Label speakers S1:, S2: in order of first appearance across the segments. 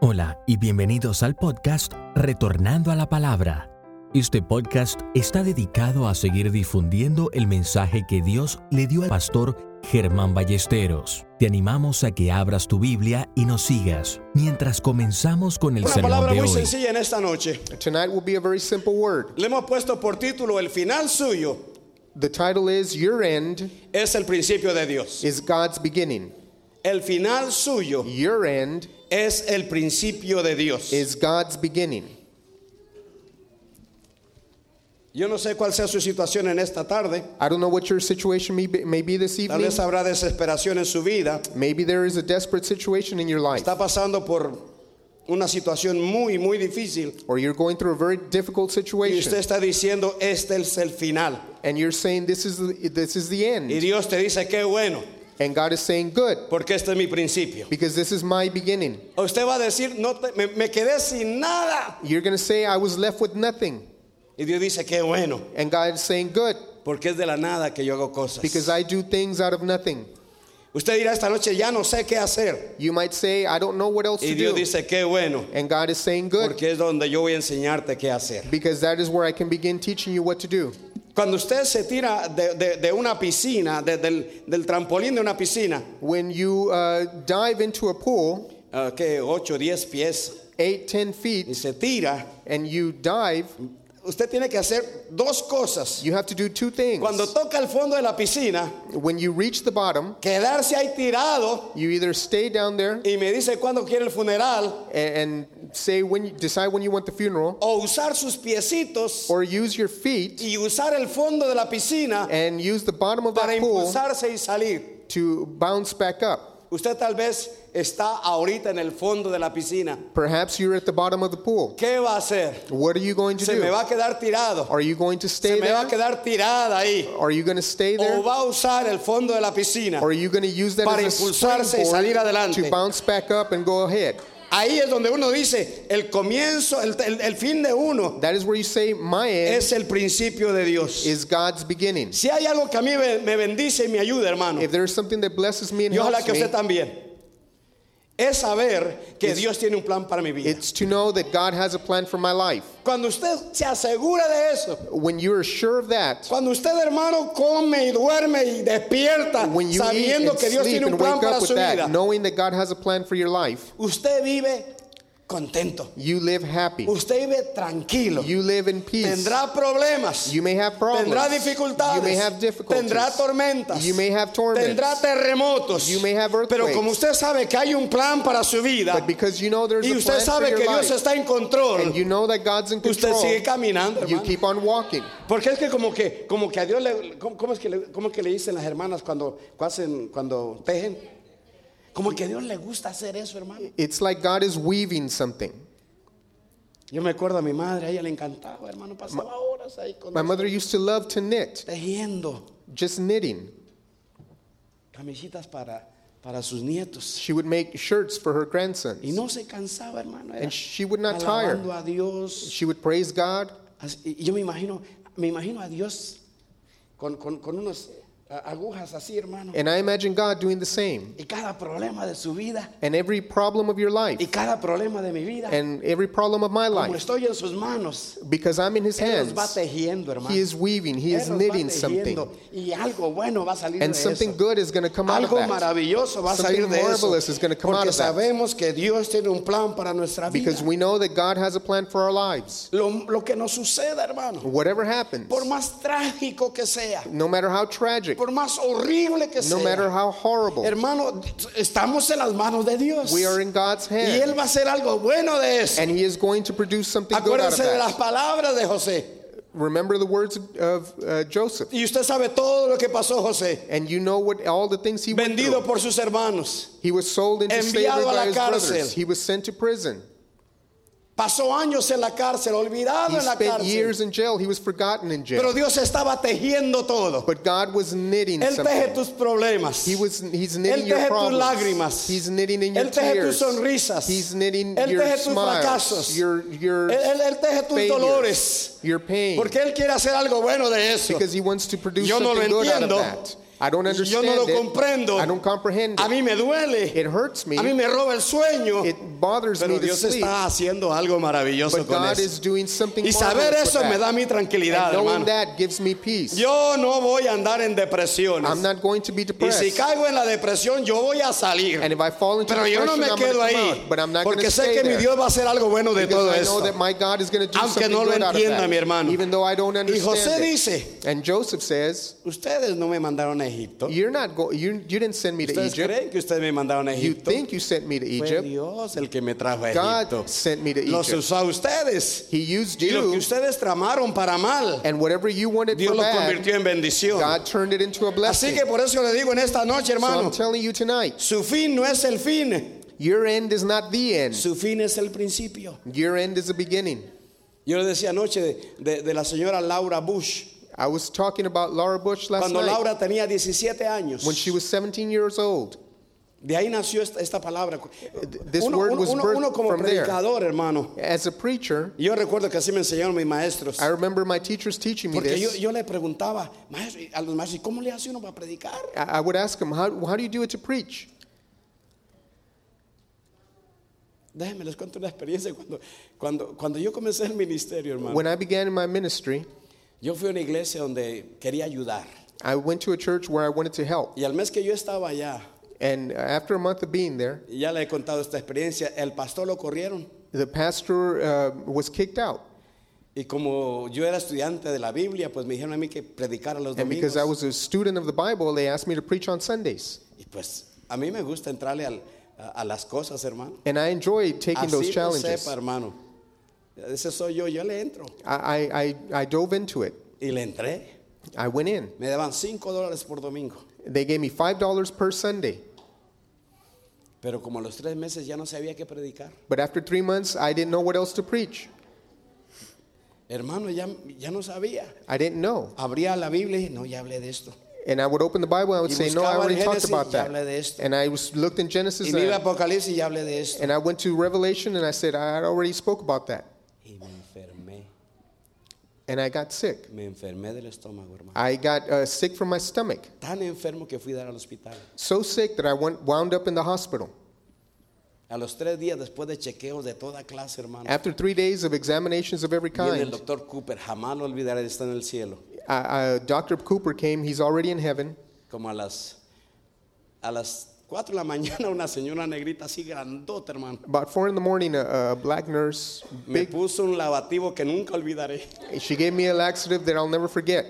S1: Hola y bienvenidos al podcast Retornando a la Palabra. Este podcast está dedicado a seguir difundiendo el mensaje que Dios le dio al pastor Germán Ballesteros. Te animamos a que abras tu Biblia y nos sigas mientras comenzamos con el
S2: Una
S1: sermón
S2: palabra
S1: de
S2: muy
S1: hoy.
S2: sencilla en esta noche.
S3: Tonight will be a very simple word.
S2: Le hemos puesto por título El final suyo
S3: The title is Your End
S2: es el principio de Dios.
S3: is God's Beginning.
S2: El final suyo
S3: Your End
S2: es el principio de Dios.
S3: is God's Beginning.
S2: Yo no sé cuál sea su situación en esta tarde.
S3: I don't know what your situation may be, may be this
S2: Tal
S3: evening.
S2: vez habrá desesperación en su vida.
S3: Maybe there is a desperate situation in your life,
S2: Está pasando por una situación muy, muy difícil.
S3: or you're going through a very difficult
S2: Y usted
S3: situation,
S2: está diciendo, este es el final.
S3: and you're saying, This is the, this is the
S2: Y
S3: end.
S2: Dios te dice, qué bueno,
S3: And God is saying, Good,
S2: porque este es mi principio.
S3: because this is my beginning.
S2: Usted va a decir, no te- me, me quedé sin nada.
S3: You're going to say, I was left with nothing.
S2: Y Dios dice, qué bueno,
S3: And God is saying, Good,
S2: porque es de la nada que yo hago cosas.
S3: because I do things out of nothing.
S2: Usted dirá esta noche, ya no sé qué hacer.
S3: You might say, I don't know what else
S2: Y
S3: to
S2: Dios
S3: do.
S2: dice, qué bueno,
S3: And God is saying, Good.
S2: porque es donde yo voy a enseñarte qué hacer.
S3: Because that is where I can begin teaching you what to do.
S2: Cuando usted se tira de, de- de una piscina, de- del, del trampolín de una piscina,
S3: When you uh, dive into a pool,
S2: ah, que 8, 10 pies,
S3: eight, ten
S2: y
S3: feet,
S2: se tira,
S3: and you dive,
S2: usted tiene que hacer dos cosas.
S3: you have to do two things.
S2: Cuando toca el fondo de la piscina,
S3: When you reach the bottom,
S2: quedarse ahí tirado
S3: you either stay down there
S2: y me dice cuándo quiere el funeral,
S3: and, and say when you, decide when you want the funeral,
S2: o usar sus piecitos
S3: or use your feet
S2: y usar el fondo de la piscina
S3: and use the bottom of
S2: para
S3: that pool
S2: impulsarse y salir.
S3: to bounce back up.
S2: Usted tal vez está ahorita en el fondo de la piscina.
S3: Perhaps you're at the bottom of the pool.
S2: ¿Qué va a hacer?
S3: What are you going to
S2: Se me
S3: do?
S2: va a quedar tirado.
S3: Are you going to
S2: Se
S3: stay
S2: me va a
S3: there?
S2: quedar tirada ahí.
S3: Are you going to stay there?
S2: O va a usar el fondo de la piscina.
S3: Or are you going to use that
S2: Para
S3: as a
S2: impulsarse y
S3: springboard
S2: salir adelante.
S3: to bounce back up and go ahead?
S2: Ahí es donde uno dice, el comienzo, el, el- el fin de uno
S3: That is where you say, my end
S2: es el principio de Dios.
S3: is God's beginning.
S2: Si hay algo que a mí me me bendice y me ayuda, hermano,
S3: If there is something that blesses me and
S2: y ojalá
S3: helps
S2: que
S3: me,
S2: usted también, es saber que
S3: It's-
S2: Dios tiene un plan para mi vida.
S3: it's to know that God has a plan for my life.
S2: Cuando usted se asegura de eso,
S3: When you are sure of that,
S2: Cuando usted, hermano, come y duerme y despierta
S3: when you eat
S2: sabiendo
S3: and
S2: que Dios
S3: sleep
S2: tiene un
S3: and
S2: plan
S3: wake
S2: para
S3: up
S2: su
S3: with
S2: vida,
S3: that, knowing that God has a plan for your life,
S2: usted vive contento,
S3: you live happy.
S2: usted vive tranquilo,
S3: You live in peace.
S2: tendrá problemas,
S3: You may have problems.
S2: tendrá dificultades,
S3: You may have difficulties.
S2: tendrá tormentas,
S3: You may have torments.
S2: tendrá terremotos,
S3: You may have earthquakes.
S2: pero como usted sabe que hay un plan para su vida
S3: But because you know there's
S2: y
S3: a
S2: usted
S3: plan
S2: sabe
S3: for
S2: que
S3: your
S2: Dios
S3: life,
S2: está en
S3: and you
S2: control,
S3: know that God's in
S2: usted
S3: control,
S2: sigue caminando,
S3: you
S2: hermano.
S3: keep on walking.
S2: Porque es que como que como que a Dios le cómo, cómo es que le, cómo que le dicen las hermanas cuando cuando hacen cuando tejen? Como que a Dios le gusta hacer eso, hermano.
S3: It's like God is weaving something.
S2: Yo me acuerdo a mi madre, a ella le encantaba, hermano, pasaba horas ahí con
S3: My mother used to love to knit,
S2: tejiendo
S3: just knitting.
S2: camisetas para para sus nietos
S3: She would make shirts for her
S2: y
S3: grandsons.
S2: no se cansaba, hermano. Era
S3: And she would not tire.
S2: alabando a Dios.
S3: She would praise God.
S2: Así- y yo me imagino me imagino a Dios con con con unas eh, agujas así, hermano.
S3: And I imagine God doing the same.
S2: Y cada problema de su vida
S3: And every problem of your
S2: y
S3: life,
S2: cada problema de mi vida
S3: and every problem of my
S2: Como
S3: life,
S2: estoy en sus manos,
S3: because I'm in His
S2: Él los va
S3: hands.
S2: tejiendo, hermano.
S3: He is weaving, He
S2: Él los
S3: is
S2: va
S3: knitting
S2: tejiendo,
S3: something.
S2: Y algo bueno va a salir
S3: And
S2: de
S3: something
S2: eso.
S3: good is going to come out of
S2: Algo
S3: that.
S2: maravilloso va a
S3: Something
S2: salir de eso.
S3: marvelous is gonna come
S2: porque
S3: out of that.
S2: sabemos que Dios tiene un plan para nuestra
S3: Because
S2: vida.
S3: we know that God has a plan for our lives.
S2: Lo, lo que nos suceda, hermano,
S3: Whatever happens,
S2: por más trágico que sea,
S3: no matter how tragic,
S2: por más horrible que
S3: no matter
S2: sea,
S3: how horrible,
S2: hermano, estamos en las manos de Dios.
S3: we are in God's
S2: y Él
S3: hands.
S2: va a hacer algo bueno de eso.
S3: And He is going to produce something good out of
S2: Acuérdense de las
S3: that.
S2: palabras de José.
S3: Remember the words of, of uh, Joseph.
S2: Y usted sabe todo lo que pasó José.
S3: And you know what all the things he went
S2: Vendido
S3: through.
S2: por sus hermanos.
S3: He was sold into
S2: enviado
S3: slavery
S2: a la
S3: by his
S2: cárcel.
S3: brothers. He was sent to prison.
S2: Pasó años en la cárcel, olvidado
S3: He
S2: en la
S3: spent
S2: cárcel.
S3: years in jail. He was forgotten in
S2: pero
S3: jail.
S2: Dios estaba tejiendo todo.
S3: But God was knitting
S2: Él teje
S3: something.
S2: tus problemas.
S3: He was, he's
S2: Él
S3: knitting your
S2: teje tus
S3: problems.
S2: lágrimas.
S3: He's knitting in your
S2: Él teje tus
S3: tears.
S2: sonrisas.
S3: He's knitting
S2: Él
S3: your
S2: teje tus fracasos.
S3: smiles. Your, your
S2: él, él- él teje tus
S3: failures,
S2: dolores.
S3: Your pain.
S2: Porque Él quiere hacer algo bueno de eso.
S3: Because he wants to produce
S2: Yo no lo
S3: something good out of
S2: entiendo.
S3: that. I don't
S2: Yo
S3: understand
S2: no lo
S3: it.
S2: comprendo.
S3: I don't comprehend
S2: A
S3: it.
S2: mí me duele.
S3: It hurts me.
S2: A mí me roba el sueño.
S3: It bothers
S2: Pero
S3: me to
S2: Dios
S3: sleep.
S2: está haciendo algo maravilloso
S3: But
S2: con
S3: God
S2: eso.
S3: is doing something
S2: Y saber
S3: marvelous
S2: eso
S3: with
S2: me
S3: that.
S2: da mi tranquilidad,
S3: And knowing
S2: hermano.
S3: that gives me peace.
S2: Yo no voy a andar en depresiones.
S3: I'm not going to be
S2: Y
S3: depressed.
S2: si caigo en la depresión, yo voy a salir.
S3: Pues. and if I fall into
S2: Pero yo no
S3: depression,
S2: me
S3: I'm
S2: quedo
S3: going to
S2: ahí.
S3: But I'm not going
S2: Porque
S3: to
S2: sé
S3: stay
S2: que mi
S3: there.
S2: Dios va a hacer algo bueno de
S3: because
S2: todo
S3: I know
S2: esto.
S3: that my God is going to do
S2: Aunque
S3: something
S2: no lo
S3: good out of
S2: entienda,
S3: that,
S2: mi hermano.
S3: even though I don't
S2: Y
S3: understand
S2: José
S3: it.
S2: dice,
S3: And Joseph says,
S2: ustedes no me mandaron a Egipto.
S3: "You're not go- you, you didn't send me to
S2: Ustedes
S3: Egypt.
S2: creen que ustedes me mandaron a
S3: You
S2: Egipto.
S3: think you sent me to
S2: Fue
S3: Egypt?
S2: Dios el que me trajo a Egipto.
S3: God sent me to
S2: Los
S3: Egypt.
S2: usó a ustedes.
S3: He used
S2: Y lo que
S3: you,
S2: ustedes tramaron para mal,
S3: and whatever you wanted
S2: Dios
S3: for
S2: lo
S3: bad,
S2: convirtió en bendición.
S3: God turned it into a
S2: Así
S3: blessing."
S2: que por eso le digo en esta noche,
S3: so I'm
S2: hermano,
S3: telling you tonight,
S2: su fin no es el fin,
S3: your end is not the end.
S2: su fin es el principio.
S3: Your end is the beginning.
S2: Yo le decía anoche de, de- de la señora Laura Bush,
S3: I was talking about Laura Bush last
S2: cuando
S3: night
S2: Laura tenía 17 años.
S3: when she was 17 years old.
S2: De ahí nació esta, esta palabra.
S3: Eh, this
S2: uno,
S3: word
S2: uno-
S3: was
S2: uno-
S3: birthed
S2: uno como
S3: from there.
S2: predicador, hermano.
S3: As a preacher,
S2: Yo recuerdo que así me enseñaron mis maestros.
S3: I remember my teachers teaching me
S2: Porque yo,
S3: this.
S2: yo le preguntaba maestro, a los maestros, ¿y cómo le hace uno para predicar?
S3: I I would ask them, how, how do you do it to preach?
S2: Déjenme les cuento una experiencia. Cuando, cuando, cuando yo comencé el ministerio, hermano,
S3: When I began in my ministry,
S2: yo fui a una iglesia donde quería ayudar.
S3: I went to a church where I wanted to help.
S2: Y al mes que yo estaba allá,
S3: And after a month of being there,
S2: y ya le he contado esta experiencia, el pastor lo corrieron.
S3: the pastor uh, was kicked out.
S2: Y como yo era estudiante de la Biblia, pues me dijeron a mí que predicara los
S3: And because I
S2: domingos.
S3: was a student of the Bible, they asked me to preach on Sundays.
S2: Y pues a mí me gusta entrarle al- a, a las cosas, hermano.
S3: And I enjoyed taking those
S2: Así lo
S3: challenges.
S2: sepa, hermano. Ese soy yo, yo le entro.
S3: I, I, I- I dove into it.
S2: Y le entré.
S3: I went in.
S2: Me daban 5 dólares por domingo.
S3: They gave me $5 per Sunday.
S2: Pero como a los tres meses ya no sabía qué predicar.
S3: But after three months, I didn't know what else to preach.
S2: Hermano, ya, ya no sabía.
S3: I didn't know.
S2: Abría la Biblia y dije, no, ya hablé de esto.
S3: And I would open the Bible and I would
S2: Y
S3: say, No,
S2: buscaba
S3: I
S2: en
S3: already talked
S2: Génesis
S3: about
S2: y
S3: that.
S2: hablé de esto.
S3: And I was, looked in Genesis
S2: Y me iba a
S3: and,
S2: Apocalipsis y ya hablé de esto.
S3: and I went to Revelation and I said, I had already spoke about that.
S2: Y me enfermé.
S3: And I got sick.
S2: Me enfermé del estómago, hermano.
S3: I got uh, sick from my stomach.
S2: Tan enfermo que fui a dar al hospital.
S3: So sick that I went, wound up in the hospital.
S2: A los tres días después de chequeos de toda clase, hermano.
S3: After three days of examinations of every
S2: Viene el
S3: kind,
S2: doctor Cooper, jamás lo olvidaré, está en el cielo.
S3: uh, uh, Dr. Cooper came. He's already in heaven.
S2: Como a las a las 4 de la mañana una señora negrita así grandota, hermano.
S3: About four in the morning, a, a black nurse,
S2: Me
S3: big,
S2: puso un lavativo que nunca olvidaré.
S3: she gave me a laxative that I'll never forget.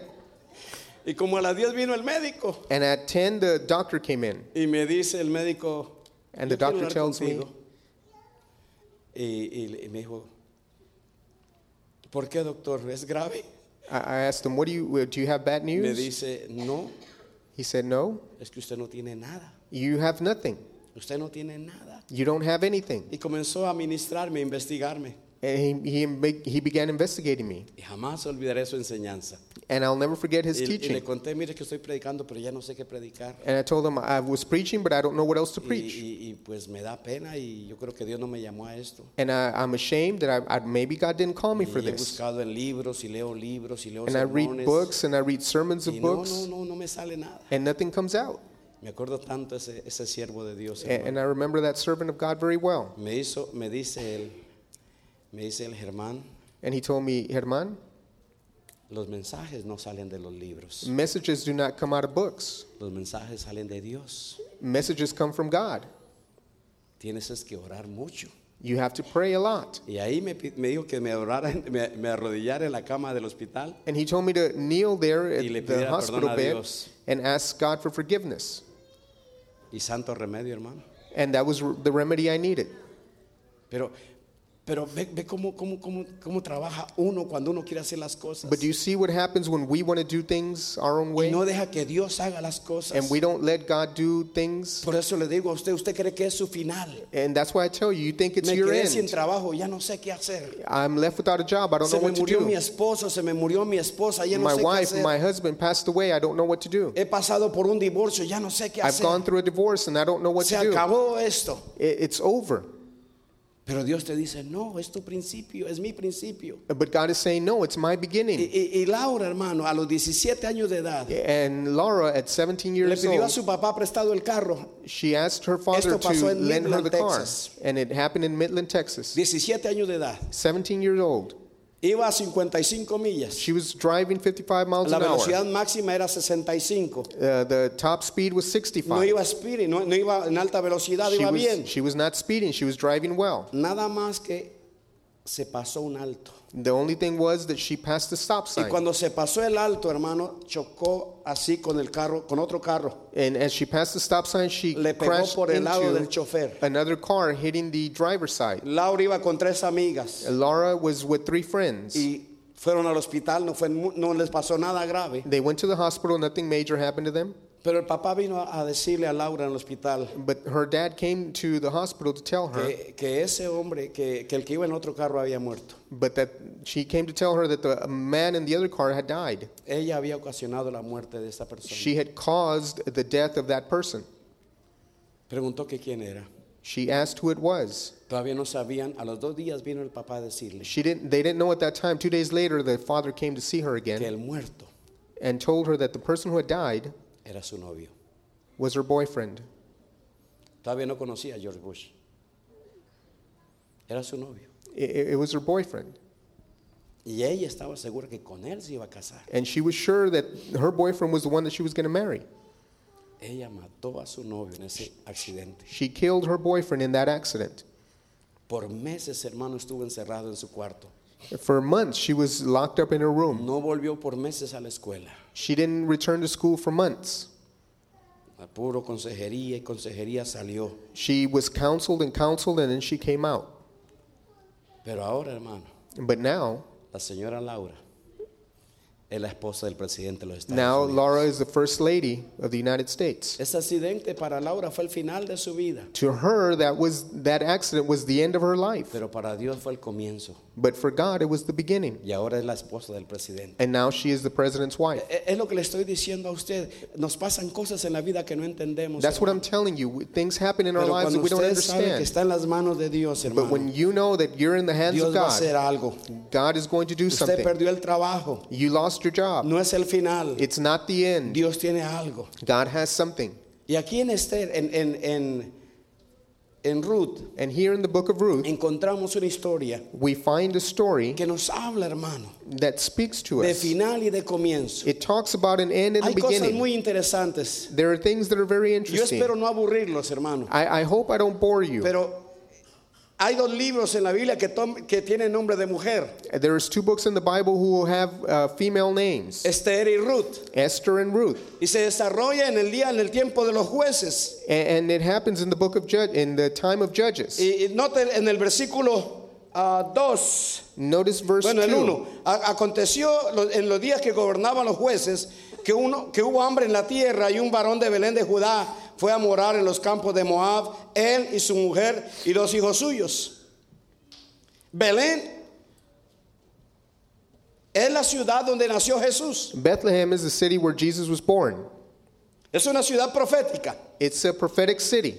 S2: Y como a las 10 vino el médico
S3: And at 10, the doctor came in.
S2: y me dice el médico
S3: And
S2: "Yo
S3: the
S2: quiero
S3: doctor
S2: hablar
S3: tells me-
S2: contigo". Y, y- y me dijo, ¿por qué doctor? ¿Es grave?
S3: I I asked him, "What do you uh, do? You have bad
S2: Me
S3: news?"
S2: dice, no,
S3: He said, "No,
S2: es que usted no tiene nada.
S3: you have nothing.
S2: Usted no tiene nada.
S3: You don't have anything."
S2: Y comenzó a ministrarme, a investigarme.
S3: And he, he be- he began investigating me,
S2: Y jamás olvidaré su enseñanza.
S3: and I'll never forget his
S2: Y, y
S3: teaching.
S2: le conté, mire que estoy predicando, pero ya no sé qué predicar.
S3: and I told him I was preaching, but I don't know what else to
S2: Y,
S3: preach,
S2: y- y, pues me da pena y yo creo que Dios no me llamó a esto.
S3: and I, I'm ashamed that I, I maybe God didn't call me
S2: Y
S3: for
S2: he
S3: this.
S2: buscado en libros y leo libros y leo
S3: And I read
S2: sermones.
S3: books, and I read sermons of
S2: y no,
S3: books,
S2: no, no, no me sale nada.
S3: and nothing comes out.
S2: Me acuerdo tanto ese ese siervo de Dios.
S3: A- And,
S2: hermano.
S3: I remember that servant of God very well.
S2: me hizo, me dice él, me dice el Germán,
S3: And he told me, Herman,
S2: los mensajes no salen de los libros,
S3: messages do not come out of books.
S2: los mensajes salen de Dios.
S3: Messages come from God.
S2: Tienes es que orar mucho.
S3: You have to pray a lot.
S2: Y ahí me, pi- me dijo que me orara, me, me arrodillara en la cama del hospital.
S3: And he told me to kneel there
S2: Y le pidiera
S3: at the
S2: perdón a
S3: hospital bed
S2: Dios.
S3: and ask God for forgiveness.
S2: Y santo remedio, hermano.
S3: And that was the remedy I needed.
S2: Pero, pero ve, ve cómo, cómo, cómo, cómo trabaja uno cuando uno quiere hacer las cosas.
S3: But do you see what happens when we want to do things our own
S2: Y
S3: way
S2: no deja que Dios haga las cosas.
S3: and we don't let God do things?
S2: Por eso le digo a usted, usted cree que es su final.
S3: And that's why I tell you, you think it's
S2: Me
S3: your
S2: quedé sin
S3: end.
S2: trabajo, ya no sé qué hacer.
S3: I'm left without a job. I don't
S2: Se
S3: know
S2: me
S3: what to
S2: murió mi
S3: do.
S2: esposo, se me murió mi esposa, ya no
S3: My
S2: sé
S3: wife,
S2: qué hacer.
S3: my husband passed away. I don't know what to do.
S2: He pasado por un divorcio, ya no sé qué
S3: I've
S2: hacer.
S3: gone through a divorce and I don't know what
S2: Se
S3: to do.
S2: acabó esto.
S3: I- It's over.
S2: Pero Dios te dice, no, es tu principio, es mi principio.
S3: But God is saying, no, it's my
S2: Y,
S3: beginning.
S2: y- y Laura, hermano, a los 17 años de edad,
S3: And Laura, at 17
S2: le
S3: years
S2: pidió a
S3: old,
S2: su papá prestado el carro.
S3: she asked her father
S2: Esto
S3: to
S2: pasó en
S3: lend her the
S2: Midland,
S3: car.
S2: Texas.
S3: And it happened in Midland, Texas.
S2: 17 años de edad.
S3: 17 years old.
S2: Iba a 55 millas.
S3: She was driving 55 miles
S2: La
S3: an hour.
S2: velocidad máxima era 65.
S3: Uh, the top speed was
S2: No
S3: 65.
S2: iba speedy, no, no iba en alta velocidad,
S3: She
S2: iba bien.
S3: was, she was not speeding, she was driving well.
S2: Nada más que se pasó un alto.
S3: The only thing was that she passed the stop
S2: Y
S3: sign.
S2: cuando se pasó el alto, hermano, chocó así con el carro, con otro carro.
S3: And as she passed the stop sign, she
S2: Le pegó
S3: crashed
S2: por el lado del
S3: into
S2: chofer.
S3: another car hitting the driver's side.
S2: Laura iba con tres amigas
S3: Laura was with three friends.
S2: y fueron al hospital, no, fue, mu- no les pasó nada grave.
S3: They went to the hospital, nothing major happened to them.
S2: Pero el papá vino a a decirle a Laura en el hospital
S3: But her dad came to the hospital to tell her,
S2: que, que ese hombre, que, que el que iba en otro carro había muerto.
S3: but that she came to tell her that the man in the other car had died.
S2: Ella había ocasionado la muerte de esa persona.
S3: She had caused the death of that person.
S2: Preguntó que quién era.
S3: She asked who it was.
S2: Todavía no sabían. A los dos días vino el papá a decirle
S3: She didn't, they didn't know at that time. Two days later, the father came to see her
S2: que
S3: again
S2: el muerto
S3: and told her that the person who had died
S2: era su novio.
S3: was her boyfriend.
S2: Todavía no conocía a George Bush. Era su novio.
S3: I- I- It, was her boyfriend.
S2: Y ella estaba segura que con él se iba a casar.
S3: And she was sure that her boyfriend was the one that she was going to marry.
S2: Ella mató a su novio en ese accidente.
S3: She killed her boyfriend in that accident.
S2: Por meses, hermano, estuvo encerrado en su cuarto.
S3: For months, she was locked up in her room.
S2: No volvió por meses a la escuela.
S3: She didn't return to school for months.
S2: A puro consejería y consejería salió.
S3: She was counseled and counseled, and then she came out.
S2: Pero ahora, hermano,
S3: But now,
S2: la señora Laura es la esposa del presidente de los Estados
S3: now
S2: Unidos.
S3: Laura is the first lady of the United States.
S2: Ese accidente para Laura fue el final de su vida,
S3: To her, that was that accident was the end of her life.
S2: pero para Dios fue el comienzo.
S3: But for God, it was the beginning.
S2: Y ahora es la esposa del presidente.
S3: And now she is the president's wife.
S2: E- Es lo que le estoy diciendo a usted. Nos pasan cosas en la vida que no entendemos.
S3: That's what
S2: hermano.
S3: I'm telling you. Things happen in our
S2: Pero
S3: lives
S2: cuando
S3: that we don't
S2: usted sabe que
S3: understand.
S2: está en las manos de Dios,
S3: But when
S2: hermano,
S3: you know that you're in the hands of
S2: Dios va a hacer
S3: God,
S2: algo.
S3: God is going to do
S2: Usted
S3: something.
S2: perdió el trabajo.
S3: You lost your job.
S2: No es el final.
S3: It's not the end.
S2: Dios tiene algo.
S3: God has something.
S2: Y aquí en Esther, en, en, en, en Ruth,
S3: And here in the book of Ruth,
S2: encontramos una historia
S3: we find a story
S2: que nos habla, hermano,
S3: that speaks to
S2: de
S3: us.
S2: final y de comienzo.
S3: It talks about an end and a
S2: Hay cosas
S3: beginning.
S2: muy interesantes.
S3: There are things that are very
S2: Yo
S3: interesting.
S2: espero no aburrirlos, hermano.
S3: I, I hope I don't bore you.
S2: Pero hay dos libros en la Biblia que, tom- que tienen nombre de mujer,
S3: There's two books in the Bible who have uh, female names,
S2: Esther y Ruth,
S3: Esther and Ruth.
S2: y se desarrolla en el día, en el tiempo de los jueces.
S3: A- And it happens in the book of Jud- in the time of Judges.
S2: Y, y noten en el versículo ah, 2,
S3: Notice verse
S2: bueno, el
S3: 2.
S2: 1, aconteció lo- en los días que gobernaban los jueces que, uno, que hubo hambre en la tierra y un varón de Belén de Judá fue a morar en los campos de Moab, él y su mujer y dos hijos suyos. Belén es la ciudad donde nació Jesús.
S3: Bethlehem is the city where Jesus was born.
S2: Es una ciudad profética.
S3: It's a prophetic city.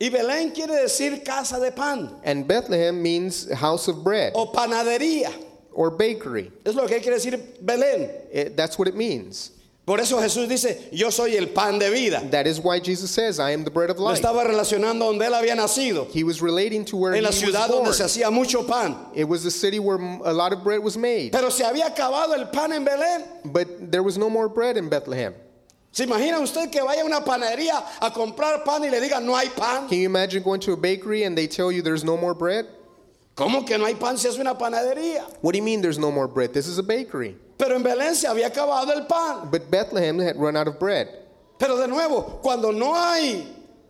S2: Y Belén quiere decir casa de pan
S3: And Bethlehem means house of bread
S2: o panadería.
S3: or bakery.
S2: Es lo que quiere decir Belén.
S3: It- that's what it means.
S2: Por eso Jesús dice, yo soy el pan de vida.
S3: That is why Jesus says, I am the bread of
S2: Lo
S3: life.
S2: estaba relacionando donde él había nacido,
S3: He was relating to where he
S2: en la
S3: was
S2: ciudad donde se
S3: born.
S2: hacía mucho pan.
S3: It was the city where m- a lot of bread was made.
S2: Pero se había acabado el pan en Belén.
S3: But there was no more bread in Bethlehem.
S2: ¿Se imagina usted que vaya a una panadería a comprar pan y le diga no hay pan?
S3: Can you imagine going to a bakery and they tell you there's no more bread?
S2: ¿Cómo que no hay pan si es una panadería?
S3: What do you mean there's no more bread? This is a bakery.
S2: Pero en Belén se había acabado el pan.
S3: But Bethlehem had run out of bread.
S2: Pero de nuevo, cuando no hay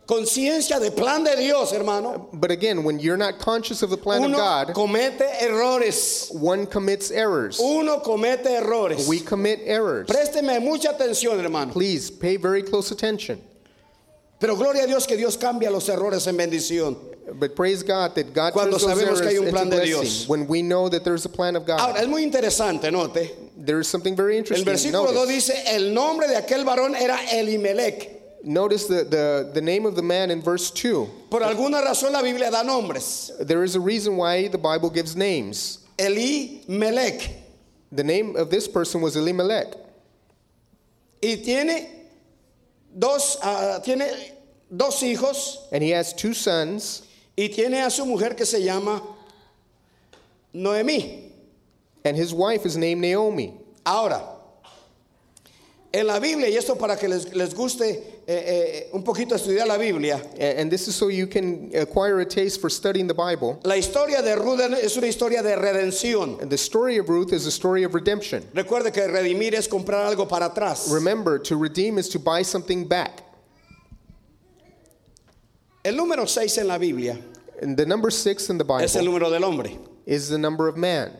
S2: conciencia de plan de Dios, hermano,
S3: But again, when you're not conscious of the plan of
S2: uno
S3: God,
S2: comete errores.
S3: one commits errors.
S2: Uno comete errores.
S3: We commit errors.
S2: Présteme mucha atención, hermano.
S3: Please pay very close attention.
S2: Pero gloria a Dios que Dios cambia los errores en bendición.
S3: But praise God that God
S2: Cuando
S3: turns those
S2: sabemos
S3: errors
S2: que hay un
S3: into
S2: plan de
S3: blessing.
S2: Dios.
S3: When we know that there's a plan of God,
S2: Ahora, es muy interesante, note.
S3: there is something very
S2: El
S3: interesting.
S2: versículo 2
S3: Notice,
S2: dice, el nombre de aquel varón era Elimelech.
S3: Notice the, the, the name of the man in verse 2.
S2: Por alguna razón la Biblia da nombres.
S3: There is a reason why the Bible gives names.
S2: Elí Melec.
S3: The name of this person was Elimelech.
S2: Y tiene dos, ah, tiene dos hijos
S3: And he has two sons,
S2: y tiene a su mujer que se llama Noemí.
S3: and his wife is named Naomi.
S2: Ahora, en la Biblia, y esto para que les, les guste eh, eh, un poquito estudiar la Biblia,
S3: A- And this is so you can acquire a taste for studying the Bible.
S2: la historia de Ruth es una historia de redención.
S3: And the story of Ruth is a story of redemption.
S2: Recuerde que redimir es comprar algo para atrás.
S3: Remember, to redeem is to buy something back.
S2: El número 6 en la Biblia
S3: And the number six in the
S2: es el
S3: Bible
S2: número del hombre.
S3: is the number of man.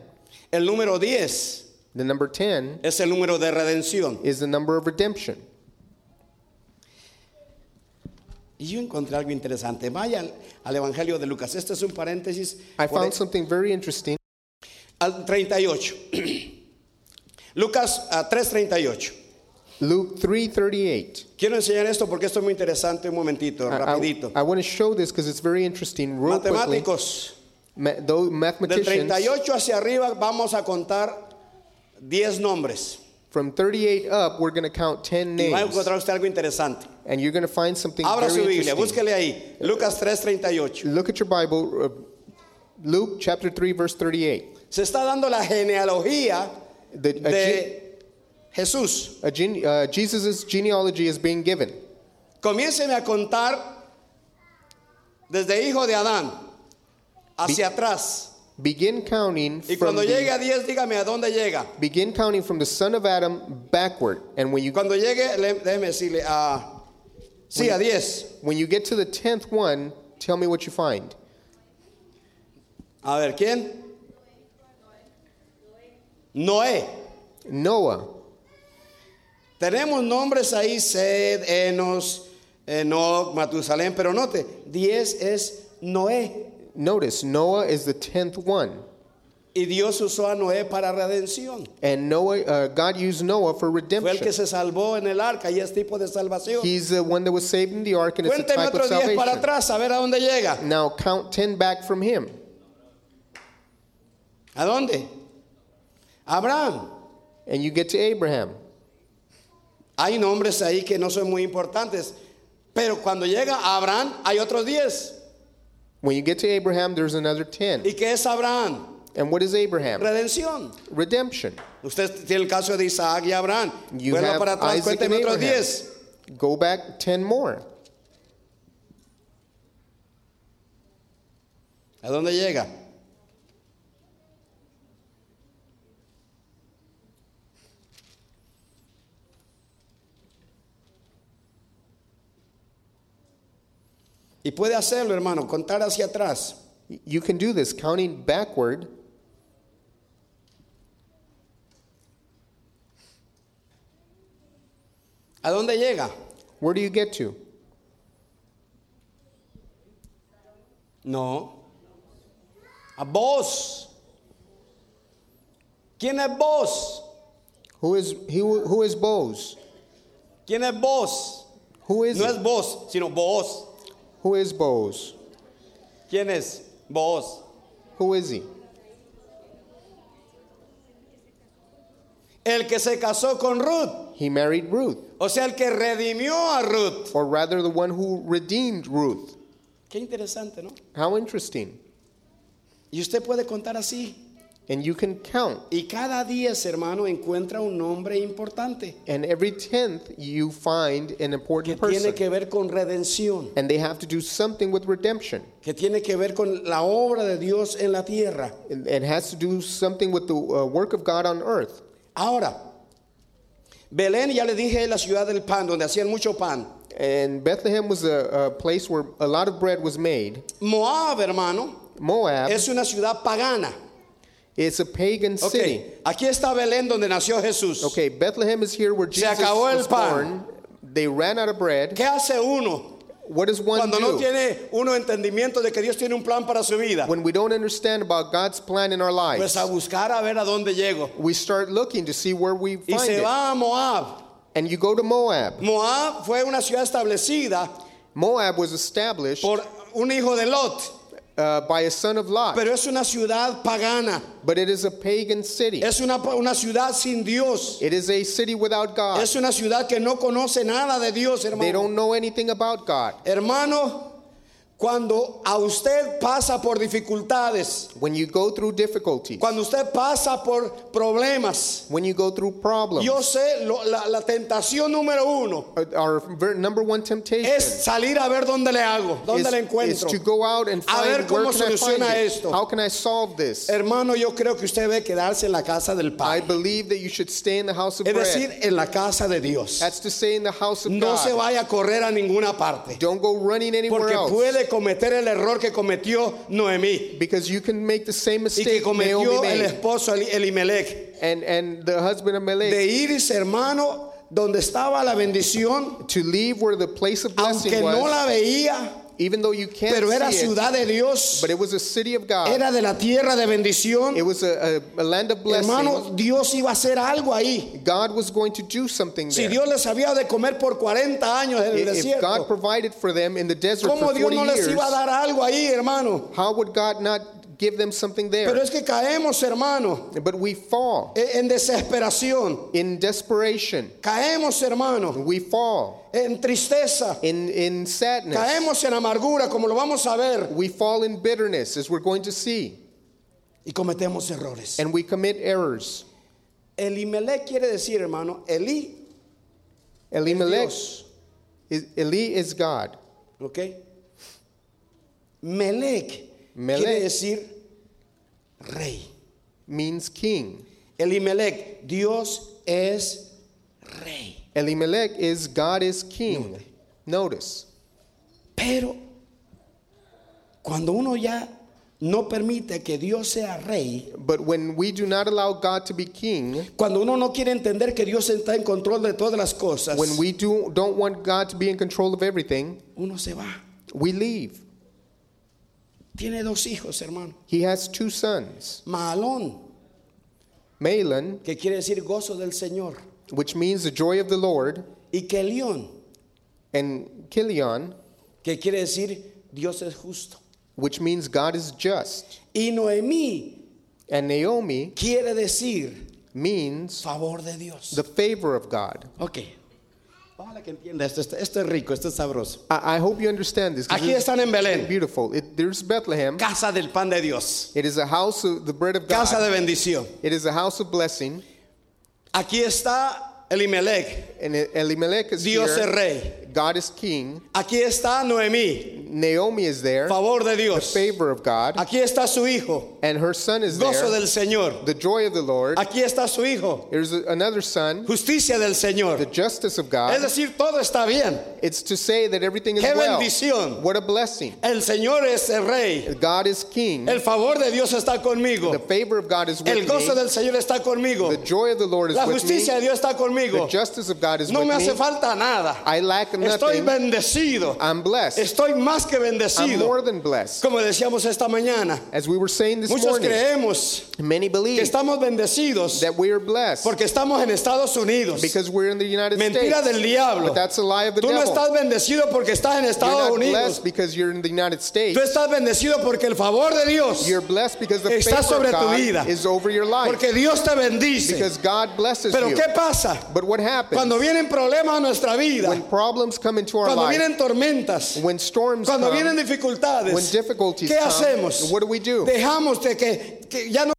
S2: El número 10
S3: The number 10
S2: es el número de redención.
S3: is the number of redemption.
S2: Y yo encontré algo interesante. Vaya al, al Evangelio de Lucas. Este es un paréntesis.
S3: I
S2: por
S3: found
S2: ahí-
S3: something very interesting.
S2: al 38. Lucas a 3:38.
S3: Luke 3:38.
S2: Quiero enseñar esto porque esto es muy interesante. Un momentito,
S3: I-
S2: rapidito.
S3: I, want to show this because it's very interesting. Real quickly,
S2: Matemáticos.
S3: ma- those
S2: Del
S3: mathematicians
S2: 38 hacia arriba vamos a contar 10 nombres.
S3: from 38 up, we're going to count 10
S2: Y va a
S3: names,
S2: encontrar usted algo interesante.
S3: and you're going to find something
S2: Abra su
S3: very
S2: Biblia,
S3: interesting.
S2: búsquele ahí. Lucas 3:38.
S3: Look at your Bible, uh, Luke chapter 3, verse 38.
S2: Se está dando la genealogía
S3: The, a ge-
S2: de Jesús.
S3: a gene- uh, Jesus' genealogy is being given.
S2: Comiénceme a contar desde hijo de Adán hacia atrás.
S3: Begin counting
S2: Y
S3: from
S2: cuando llegue
S3: the,
S2: a 10, dígame a dónde llega.
S3: begin counting from the son of Adam backward, and when you
S2: Cuando llegue, le- déjeme decirle a. Sí, a 10.
S3: when you get to the tenth one, tell me what you find.
S2: A ver, ¿quién? Noé.
S3: Noah,
S2: Tenemos nombres ahí: Sed, Enos, Enoch, Matusalén. Pero note, 10 es Noé.
S3: notice Noah is the tenth one,
S2: Y Dios usó a Noé para redención.
S3: and Noah, uh, God used Noah for
S2: Fue el que
S3: redemption.
S2: se salvó en el arca y es tipo de salvación.
S3: He's the one that was saved in the ark, and it's a
S2: Cuénteme
S3: type of
S2: otros 10 para
S3: salvation.
S2: atrás, a ver a dónde llega.
S3: Now count ten back from him.
S2: ¿A dónde? Abraham.
S3: and you get to Abraham.
S2: Hay nombres ahí que no son muy importantes. Pero cuando llega a Abraham, hay otros 10.
S3: When you get to Abraham, there's another 10.
S2: ¿Y qué es Abraham?
S3: And what is Abraham?
S2: Redención.
S3: Redemption.
S2: Usted tiene el caso de Isaac y Abraham.
S3: You
S2: Vuelva
S3: have
S2: para atrás,
S3: Isaac
S2: cuénteme
S3: and
S2: otros
S3: Abraham.
S2: 10.
S3: Go back 10 more.
S2: ¿A dónde llega? Y puede hacerlo, hermano, contar hacia atrás.
S3: You can do this counting backward.
S2: ¿A dónde llega?
S3: Where do you get to?
S2: No. A vos. ¿Quién es vos?
S3: Who is who, who is Boaz?
S2: ¿Quién es vos?
S3: Who is
S2: No es
S3: it?
S2: vos, sino vos.
S3: Who is Boaz?
S2: ¿Quién es vos?
S3: Who is he?
S2: El que se casó con Ruth.
S3: He married Ruth,
S2: O sea, el que redimió a Ruth.
S3: or rather the one who redeemed Ruth.
S2: Qué interesante, ¿no?
S3: How interesting.
S2: Y usted puede contar así.
S3: And you can count.
S2: Y cada día, ese hermano, encuentra un nombre importante
S3: And every 10th you find an
S2: que tiene
S3: important person.
S2: que ver con redención,
S3: And they have to do something with redemption.
S2: que tiene que ver con la obra de Dios en la tierra.
S3: and and has to do something with the uh, work of God on earth.
S2: Ahora, Belén, ya le dije, es la ciudad del pan, donde hacían mucho pan.
S3: And Bethlehem was a, a place where a lot of bread was made.
S2: Moab, hermano,
S3: Moab
S2: es una ciudad pagana.
S3: is a pagan
S2: Ok,
S3: city.
S2: aquí está Belén, donde nació Jesús.
S3: Okay, Bethlehem is here where Jesus
S2: acabó el
S3: was
S2: pan.
S3: born. They ran out of bread.
S2: ¿Qué hace uno
S3: What does one
S2: cuando
S3: do
S2: no tiene uno entendimiento de que Dios tiene un plan para su vida?
S3: when we don't understand about God's plan in our lives?
S2: Pues a buscar a ver a dónde llego.
S3: we start looking to see where we
S2: Y
S3: find
S2: se
S3: it.
S2: va a Moab.
S3: And you go to Moab.
S2: Moab fue una ciudad establecida
S3: Moab was established
S2: por un hijo de Lot,
S3: uh, by a son of Lot,
S2: pero es una ciudad pagana,
S3: but it is a pagan city.
S2: es una, una ciudad sin Dios,
S3: It is a city without God.
S2: es una ciudad que no conoce nada de Dios,
S3: They
S2: hermano.
S3: don't know anything about God.
S2: Hermano, cuando a usted pasa por dificultades,
S3: When you go through difficulties,
S2: cuando usted pasa por problemas,
S3: when you go through problems,
S2: yo sé lo- la, la tentación número uno
S3: uh, our ver- number one temptation
S2: es salir a ver dónde le hago, dónde le
S3: is, is
S2: encuentro.
S3: to go out and
S2: A ver
S3: find where
S2: cómo
S3: can I find
S2: soluciona
S3: it?
S2: esto.
S3: How can I solve this?
S2: Hermano, yo creo que usted debe quedarse en la casa del
S3: I
S2: Padre,
S3: believe that you should stay in the house of
S2: es
S3: bread.
S2: decir, en la casa de Dios.
S3: That's to say, in the house of
S2: No se
S3: God.
S2: vaya a correr a ninguna parte,
S3: Don't go running anywhere
S2: porque
S3: else
S2: puede cometer el error que cometió Noemí
S3: because you can make the same
S2: y que
S3: mistake Naomi
S2: cometió el
S3: made
S2: esposo Eli- Elimelech.
S3: and, and the husband of Melech
S2: de irse, hermano, donde estaba la bendición,
S3: to leave where the place of blessing
S2: aunque
S3: was,
S2: no la veía,
S3: even though you can't
S2: pero era
S3: see it,
S2: ciudad de Dios,
S3: but it was a city of God.
S2: era de la tierra de bendición.
S3: it was a, a, a land of blessing.
S2: Hermano, Dios iba a hacer algo ahí.
S3: God was going to do something
S2: Si
S3: there.
S2: Dios les había de comer por 40 años en el
S3: if if God
S2: desierto,
S3: provided for them in the desert
S2: ¿cómo
S3: for
S2: Dios
S3: 40
S2: no les
S3: years,
S2: iba a dar algo ahí, hermano?
S3: how would God not give them something there?
S2: Pero es que caemos, hermano,
S3: but we fall
S2: e- en desesperación.
S3: in desperation.
S2: Caemos, hermano,
S3: We fall
S2: en tristeza.
S3: in, in sadness.
S2: Caemos en amargura, como lo vamos a ver.
S3: We fall in bitterness, as we're going to see,
S2: Y cometemos errores.
S3: and we commit errors.
S2: Elimelech quiere decir, hermano, Eli,
S3: Elimelech,
S2: Dios.
S3: is, Eli is God.
S2: ¿ok? Melech, quiere
S3: Melech.
S2: decir rey.
S3: means king.
S2: Elimelech, Dios es rey.
S3: Elimelech is God is king. Notice,
S2: Pero cuando uno ya no permite que Dios sea rey,
S3: but when we do not allow God to be king,
S2: cuando uno no quiere entender que Dios está en control de todas las cosas,
S3: when we do don't want God to be in control of everything,
S2: uno se va.
S3: we leave.
S2: Tiene dos hijos, hermano.
S3: He has two sons,
S2: Maalón,
S3: Malan,
S2: que quiere decir gozo del Señor,
S3: which means the joy of the Lord,
S2: y Kelión,
S3: and Kilion,
S2: que quiere decir Dios es justo.
S3: which means God is just,
S2: Y Noemí
S3: and Naomi
S2: quiere decir
S3: means
S2: favor de Dios.
S3: the favor of God.
S2: Ok. Ojalá que entienda esto. Esto esto es rico, esto es sabroso.
S3: I, I hope you understand this. 'cause
S2: Aquí
S3: it's
S2: están en Belén.
S3: beautiful. It, there's Bethlehem.
S2: Casa del pan de Dios.
S3: It is a house of the bread of God.
S2: Casa de bendición.
S3: It is a house of blessing,
S2: Aquí está Elimelech.
S3: and E-, Elimelech is
S2: Dios es
S3: here.
S2: rey.
S3: God is king.
S2: Aquí está Noemí.
S3: Naomi is there,
S2: Favor de Dios.
S3: favor of God,
S2: Aquí está su hijo.
S3: and her son is
S2: Gozo
S3: there,
S2: del Señor.
S3: the joy of the Lord.
S2: Aquí está su hijo.
S3: There's a- another son,
S2: Justicia del
S3: the
S2: Señor.
S3: justice of
S2: Es
S3: God.
S2: decir, todo está bien.
S3: It's to say that everything is
S2: Qué
S3: well.
S2: bendición.
S3: What a blessing!
S2: El Señor es el rey.
S3: God is king.
S2: El favor de Dios está conmigo.
S3: The favor of God is
S2: El
S3: with
S2: gozo
S3: me.
S2: del Señor está conmigo.
S3: The joy of the Lord is
S2: La
S3: with me.
S2: justicia de Dios está
S3: The
S2: conmigo.
S3: justice of God is
S2: No
S3: with
S2: me hace
S3: me.
S2: falta nada.
S3: I lack
S2: Estoy
S3: nothing.
S2: bendecido.
S3: I'm blessed.
S2: Estoy más que
S3: I'm
S2: bendecido.
S3: more than blessed.
S2: Como decíamos esta mañana,
S3: As we were saying this
S2: muchos
S3: morning,
S2: creemos
S3: many
S2: que
S3: believe
S2: estamos bendecidos
S3: that we are blessed
S2: porque estamos en Estados Unidos.
S3: because we're in the United
S2: Mentira
S3: States.
S2: del diablo.
S3: But that's a lie of the
S2: Tú no
S3: devil.
S2: estás bendecido porque estás en
S3: You're
S2: Estados
S3: not
S2: Unidos.
S3: blessed because you're in the United States.
S2: Tú estás bendecido porque el favor de Dios,
S3: You're blessed because the
S2: Está
S3: favor
S2: sobre
S3: of
S2: tu
S3: God
S2: vida.
S3: is over your life.
S2: porque Dios te bendice.
S3: Because God blesses
S2: Pero
S3: you.
S2: ¿qué pasa?
S3: But what happens
S2: Cuando vienen problemas a nuestra vida,
S3: when problems come into our
S2: cuando
S3: life,
S2: vienen tormentas,
S3: when storms
S2: cuando
S3: come,
S2: vienen dificultades,
S3: when difficulties
S2: ¿qué
S3: come,
S2: hacemos?
S3: what do we do?
S2: Dejamos de que, que ya, no,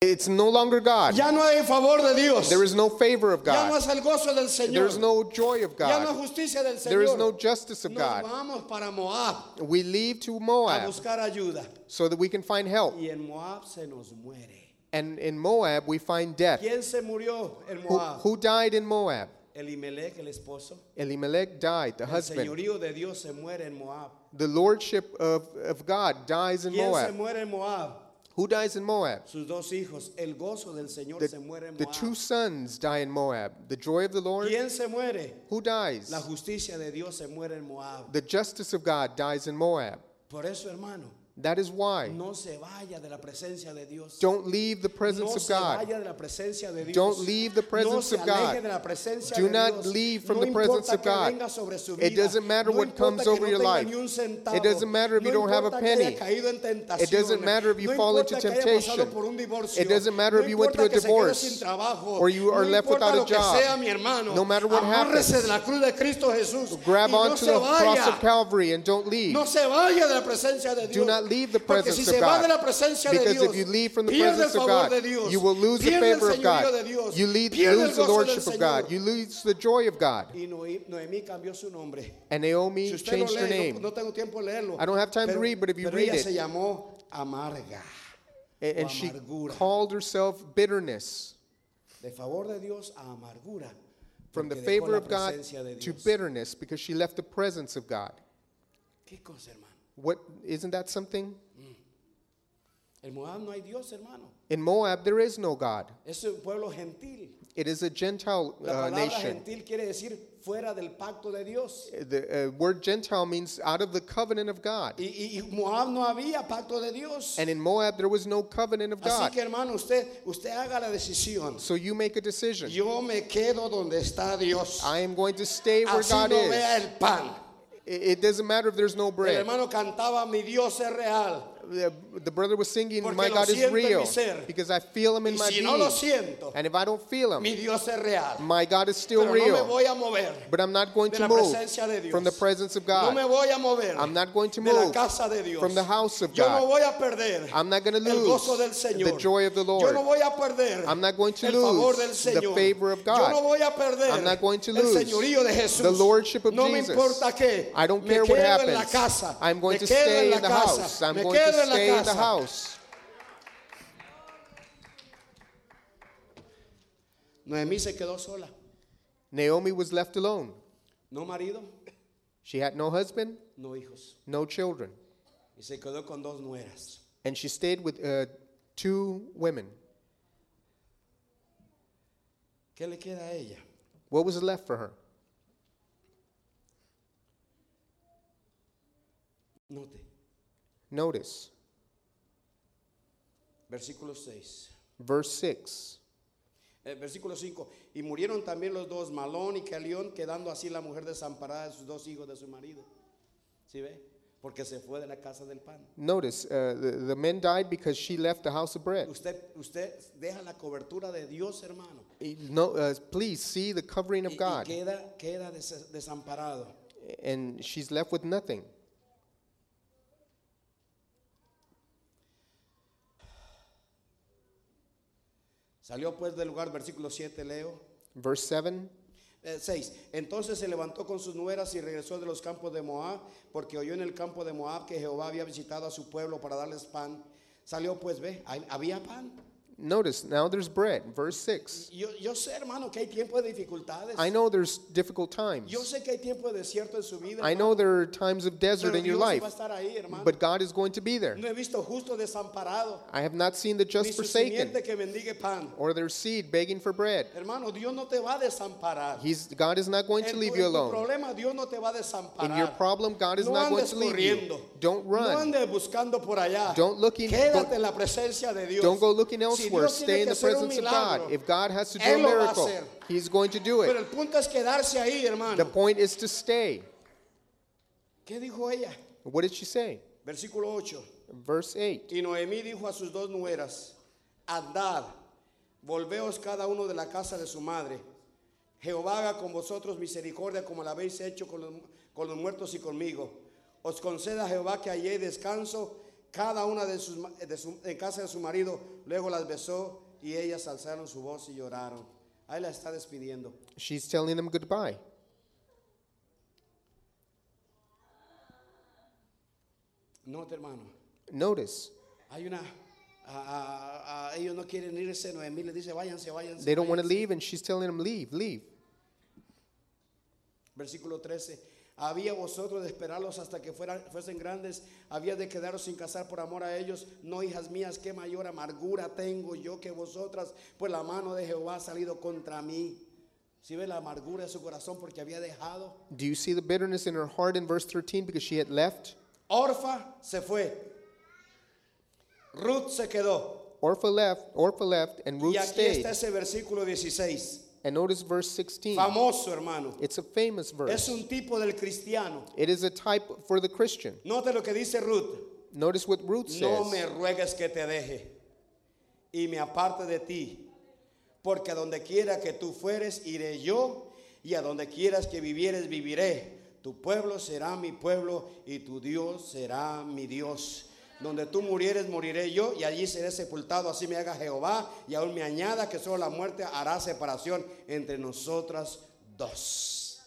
S3: It's no longer God.
S2: ya no hay favor de Dios,
S3: There is no favor of
S2: ya no
S3: God.
S2: es el gozo del Señor,
S3: There is no joy of
S2: ya no es
S3: God.
S2: justicia del Señor.
S3: There is no justice of
S2: Nos
S3: God.
S2: vamos para Moab
S3: We leave to
S2: a
S3: Moab
S2: buscar ayuda
S3: so that we can find help.
S2: y en Moab se nos muere.
S3: And in Moab, we find death.
S2: ¿Quién se murió en
S3: Who,
S2: Moab?
S3: who died in Moab?
S2: Elimelech, el esposo.
S3: Elimelech died, the
S2: El
S3: husband.
S2: señorío de Dios se muere en Moab.
S3: The lordship of, of God dies in
S2: ¿Quién se
S3: Moab.
S2: muere en Moab?
S3: Who dies in Moab?
S2: Sus dos hijos. El gozo del Señor se muere
S3: The,
S2: en
S3: the
S2: Moab.
S3: two sons die in Moab. The joy of the Lord.
S2: ¿Quién se muere? La
S3: Who dies?
S2: justicia de Dios se muere en Moab.
S3: The justice of God dies in Moab.
S2: Por eso, hermano,
S3: That is why.
S2: No se vaya de la presencia de Dios.
S3: Don't leave the presence
S2: No
S3: of
S2: se
S3: God.
S2: vaya de la presencia de Dios.
S3: Don't leave the presence
S2: no se
S3: of
S2: aleje
S3: God.
S2: De la presencia
S3: Do
S2: de
S3: not
S2: Dios.
S3: leave from
S2: no
S3: the presence
S2: importa
S3: of
S2: que
S3: God.
S2: venga sobre su
S3: It
S2: vida.
S3: doesn't matter
S2: No
S3: what
S2: importa
S3: comes
S2: que
S3: over
S2: no
S3: your
S2: tenga
S3: life.
S2: ni un centavo.
S3: It doesn't matter if you
S2: No
S3: don't have a
S2: importa que haya
S3: penny.
S2: caído en tentaciones.
S3: doesn't matter if you
S2: No
S3: fall
S2: importa
S3: into
S2: que haya
S3: temptation.
S2: pasado por un divorcio.
S3: It doesn't matter
S2: No
S3: if you went
S2: importa
S3: through a
S2: que se quede
S3: divorce.
S2: sin trabajo.
S3: Or you are
S2: No
S3: left
S2: importa
S3: without a
S2: lo que
S3: job.
S2: sea, mi hermano.
S3: No matter what
S2: Amárrese
S3: happens.
S2: de la cruz de Cristo Jesús.
S3: Grab
S2: y no
S3: onto
S2: se
S3: the cross
S2: vaya.
S3: of Calvary and don't leave.
S2: No se vaya de la presencia de Dios.
S3: Do not leave the
S2: Porque si
S3: presence
S2: se
S3: of
S2: va
S3: God.
S2: de la presencia de
S3: Because
S2: Dios,
S3: if you leave from the
S2: pierde el
S3: presence of
S2: favor
S3: God,
S2: de Dios,
S3: you will lose the
S2: pierde el
S3: favor of God.
S2: señorío de Dios,
S3: You lead-
S2: pierde el
S3: lose the
S2: gozo del
S3: lordship of God.
S2: Señor.
S3: You lose the joy of God.
S2: Y Noé- Noemí cambió su nombre.
S3: And
S2: Si
S3: Naomi
S2: usted lo
S3: changed her
S2: lee, no,
S3: name.
S2: no tengo tiempo de leerlo.
S3: I don't have time to
S2: pero,
S3: read, but if you
S2: pero
S3: read
S2: ella
S3: it-
S2: se llamó Amarga.
S3: And and she
S2: amargura.
S3: called herself bitterness.
S2: De favor de Dios a amargura.
S3: From the
S2: porque dejó
S3: favor
S2: la
S3: of God
S2: presencia de
S3: to
S2: Dios.
S3: bitterness because she left the presence of God.
S2: ¿Qué cosa, hermano?
S3: What isn't that something?
S2: En Moab no hay Dios, hermano.
S3: In Moab there is no God.
S2: Es un pueblo gentil.
S3: It is a Gentile
S2: La
S3: uh,
S2: palabra
S3: nation.
S2: gentil quiere decir fuera del pacto de Dios.
S3: The uh, word Gentile means out of the covenant of God.
S2: Y, y- y Moab no había pacto de Dios.
S3: And in Moab there was no covenant of
S2: Así
S3: God.
S2: que hermano, usted, usted haga la decisión.
S3: So you make a decision.
S2: Yo me quedo donde está Dios.
S3: I am going to stay where
S2: Así
S3: God
S2: no
S3: is.
S2: vea el pan.
S3: It it doesn't matter if there's no
S2: El
S3: bread.
S2: hermano cantaba, mi Dios es real.
S3: The the brother was singing,
S2: Porque
S3: My
S2: lo
S3: God is
S2: siento en mi
S3: real.
S2: ser.
S3: Because I feel him in
S2: Y
S3: my
S2: si no lo
S3: being.
S2: siento,
S3: And if I don't feel him,
S2: mi Dios es real.
S3: my God is still
S2: Pero no me
S3: real.
S2: voy a mover.
S3: But I'm not going
S2: de
S3: to
S2: la
S3: move
S2: presencia de Dios.
S3: from the presence of
S2: No me
S3: God.
S2: voy a mover.
S3: I'm not going to
S2: de la
S3: move
S2: casa de Dios.
S3: from the house of
S2: Yo no
S3: God.
S2: voy a perder
S3: I'm not gonna
S2: el
S3: lose
S2: gozo del Señor.
S3: the joy of the
S2: Yo
S3: Lord.
S2: no voy a perder
S3: I'm not going to
S2: el favor
S3: lose
S2: del
S3: the
S2: Señor.
S3: favor of
S2: Yo
S3: God.
S2: no voy a perder
S3: I'm not going to
S2: el
S3: lose
S2: señorío de Jesús.
S3: the lordship of
S2: no me
S3: Jesus.
S2: importa qué.
S3: I don't
S2: me
S3: care
S2: quedo
S3: what
S2: en la
S3: happens.
S2: casa.
S3: I'm going
S2: me
S3: to
S2: quedo en
S3: stay
S2: la
S3: in the
S2: casa.
S3: house. I'm
S2: me
S3: going
S2: quedo
S3: to
S2: en la
S3: stay in the
S2: casa.
S3: house.
S2: Noemí se quedó sola.
S3: Naomi was left alone.
S2: No marido,
S3: She had no husband,
S2: no hijos.
S3: no children.
S2: Y se quedó con dos nueras.
S3: And she stayed with uh, two women.
S2: ¿Qué le queda a ella?
S3: What was left for her?
S2: Note,
S3: Notice
S2: versículo 6.
S3: verse 6.
S2: Eh, versículo 5. Y murieron también los dos, Malón y Calión, quedando así la mujer desamparada de sus dos hijos de su marido. ¿Sí ve? Porque se fue de la casa del pan.
S3: Notice uh, the, the men died because she left the house of bread.
S2: Usted, usted deja la cobertura de Dios, hermano.
S3: No, uh, please see the covering
S2: Y,
S3: of
S2: y
S3: God.
S2: queda, queda des- desamparado.
S3: And she's left with nothing.
S2: Salió pues del lugar, versículo 7, leo.
S3: Verse 7.
S2: 6. Entonces se levantó con sus nueras y regresó de los campos de Moab, porque oyó en el campo de Moab que Jehová había visitado a su pueblo para darles pan. Salió pues, ve, ahí había pan.
S3: Notice now there's bread. Verse 6.
S2: Yo, yo sé, hermano, que hay tiempo de dificultades.
S3: I know there's difficult times.
S2: Yo sé que hay tiempo de desierto en su vida.
S3: I know there are times of
S2: pero
S3: desert in your
S2: Dios
S3: life.
S2: va a estar ahí, hermano.
S3: But God is going to be there.
S2: no he visto justo desamparado,
S3: I have not seen the
S2: ni
S3: just
S2: su
S3: forsaken
S2: simiente que bendigue pan.
S3: or their seed begging for bread.
S2: Hermano, Dios no te va a desamparar.
S3: He's, God is not going
S2: En
S3: to
S2: tu-
S3: leave
S2: en
S3: you
S2: tu
S3: alone.
S2: problema, Dios no te va a desamparar.
S3: In your problem, God is
S2: no
S3: not going
S2: andes
S3: to leave
S2: corriendo.
S3: you. Don't
S2: No
S3: run.
S2: andes buscando por allá.
S3: Don't looking-
S2: Quédate
S3: don't-
S2: en la presencia de Dios.
S3: Don't go looking
S2: Si Dios
S3: elsewhere.
S2: tiene
S3: Stay in
S2: que
S3: the
S2: hacer un
S3: presence of
S2: milagro,
S3: God. If God has to do a
S2: Él lo va a
S3: miracle,
S2: hacer.
S3: He's going to do
S2: Pero
S3: it.
S2: el punto es quedarse ahí,
S3: The
S2: hermano.
S3: point is to stay.
S2: ¿Qué dijo ella?
S3: What did she say?
S2: Versículo 8.
S3: Verse 8.
S2: Y Noemí dijo a sus dos nueras, andad, volveos cada uno de la casa de su madre. Jehová haga con vosotros misericordia como la habéis hecho con los, con los muertos y conmigo. Os conceda Jehová que hallé descanso cada una de sus, ma- de su- en casa de su marido. Luego las besó y ellas alzaron su voz y lloraron. Ahí la está despidiendo.
S3: She's telling them goodbye.
S2: Note, hermano,
S3: Notice,
S2: hay una... a- a- a- ellos no quieren irse, Noemí les dice, váyanse, váyanse.
S3: they don't want to
S2: váyanse".
S3: leave, and she's telling them, leave, leave.
S2: Versículo 13. Había vosotros de esperarlos hasta que fueran, fuesen grandes, había de quedaros sin casar por amor a ellos. No, hijas mías, qué mayor amargura tengo yo que vosotras, pues la mano de Jehová ha salido contra mí. Si ve la amargura de su corazón porque había dejado.
S3: Do you see the bitterness in her heart in verse 13 because she had left?
S2: Orfa se fue. Ruth se quedó.
S3: Orpha left, Orpha left, and
S2: Y
S3: Ruth
S2: aquí está
S3: stayed.
S2: ese versículo 16.
S3: And notice verse 16.
S2: Famoso, hermano.
S3: It's a
S2: Es
S3: famous verse.
S2: un tipo del cristiano.
S3: It is a type for the Christian.
S2: Note lo que dice Ruth.
S3: Notice what Ruth
S2: No me
S3: says.
S2: ruegues que te deje y me aparte de ti, porque a donde quiera que tú fueres, iré yo, y a donde quieras que vivieres, viviré. Tu pueblo será mi pueblo y tu Dios será mi Dios. Donde tú murieres, moriré yo, y allí seré sepultado. Así me haga Jehová, y aún me añada que solo la muerte hará separación entre nosotras dos.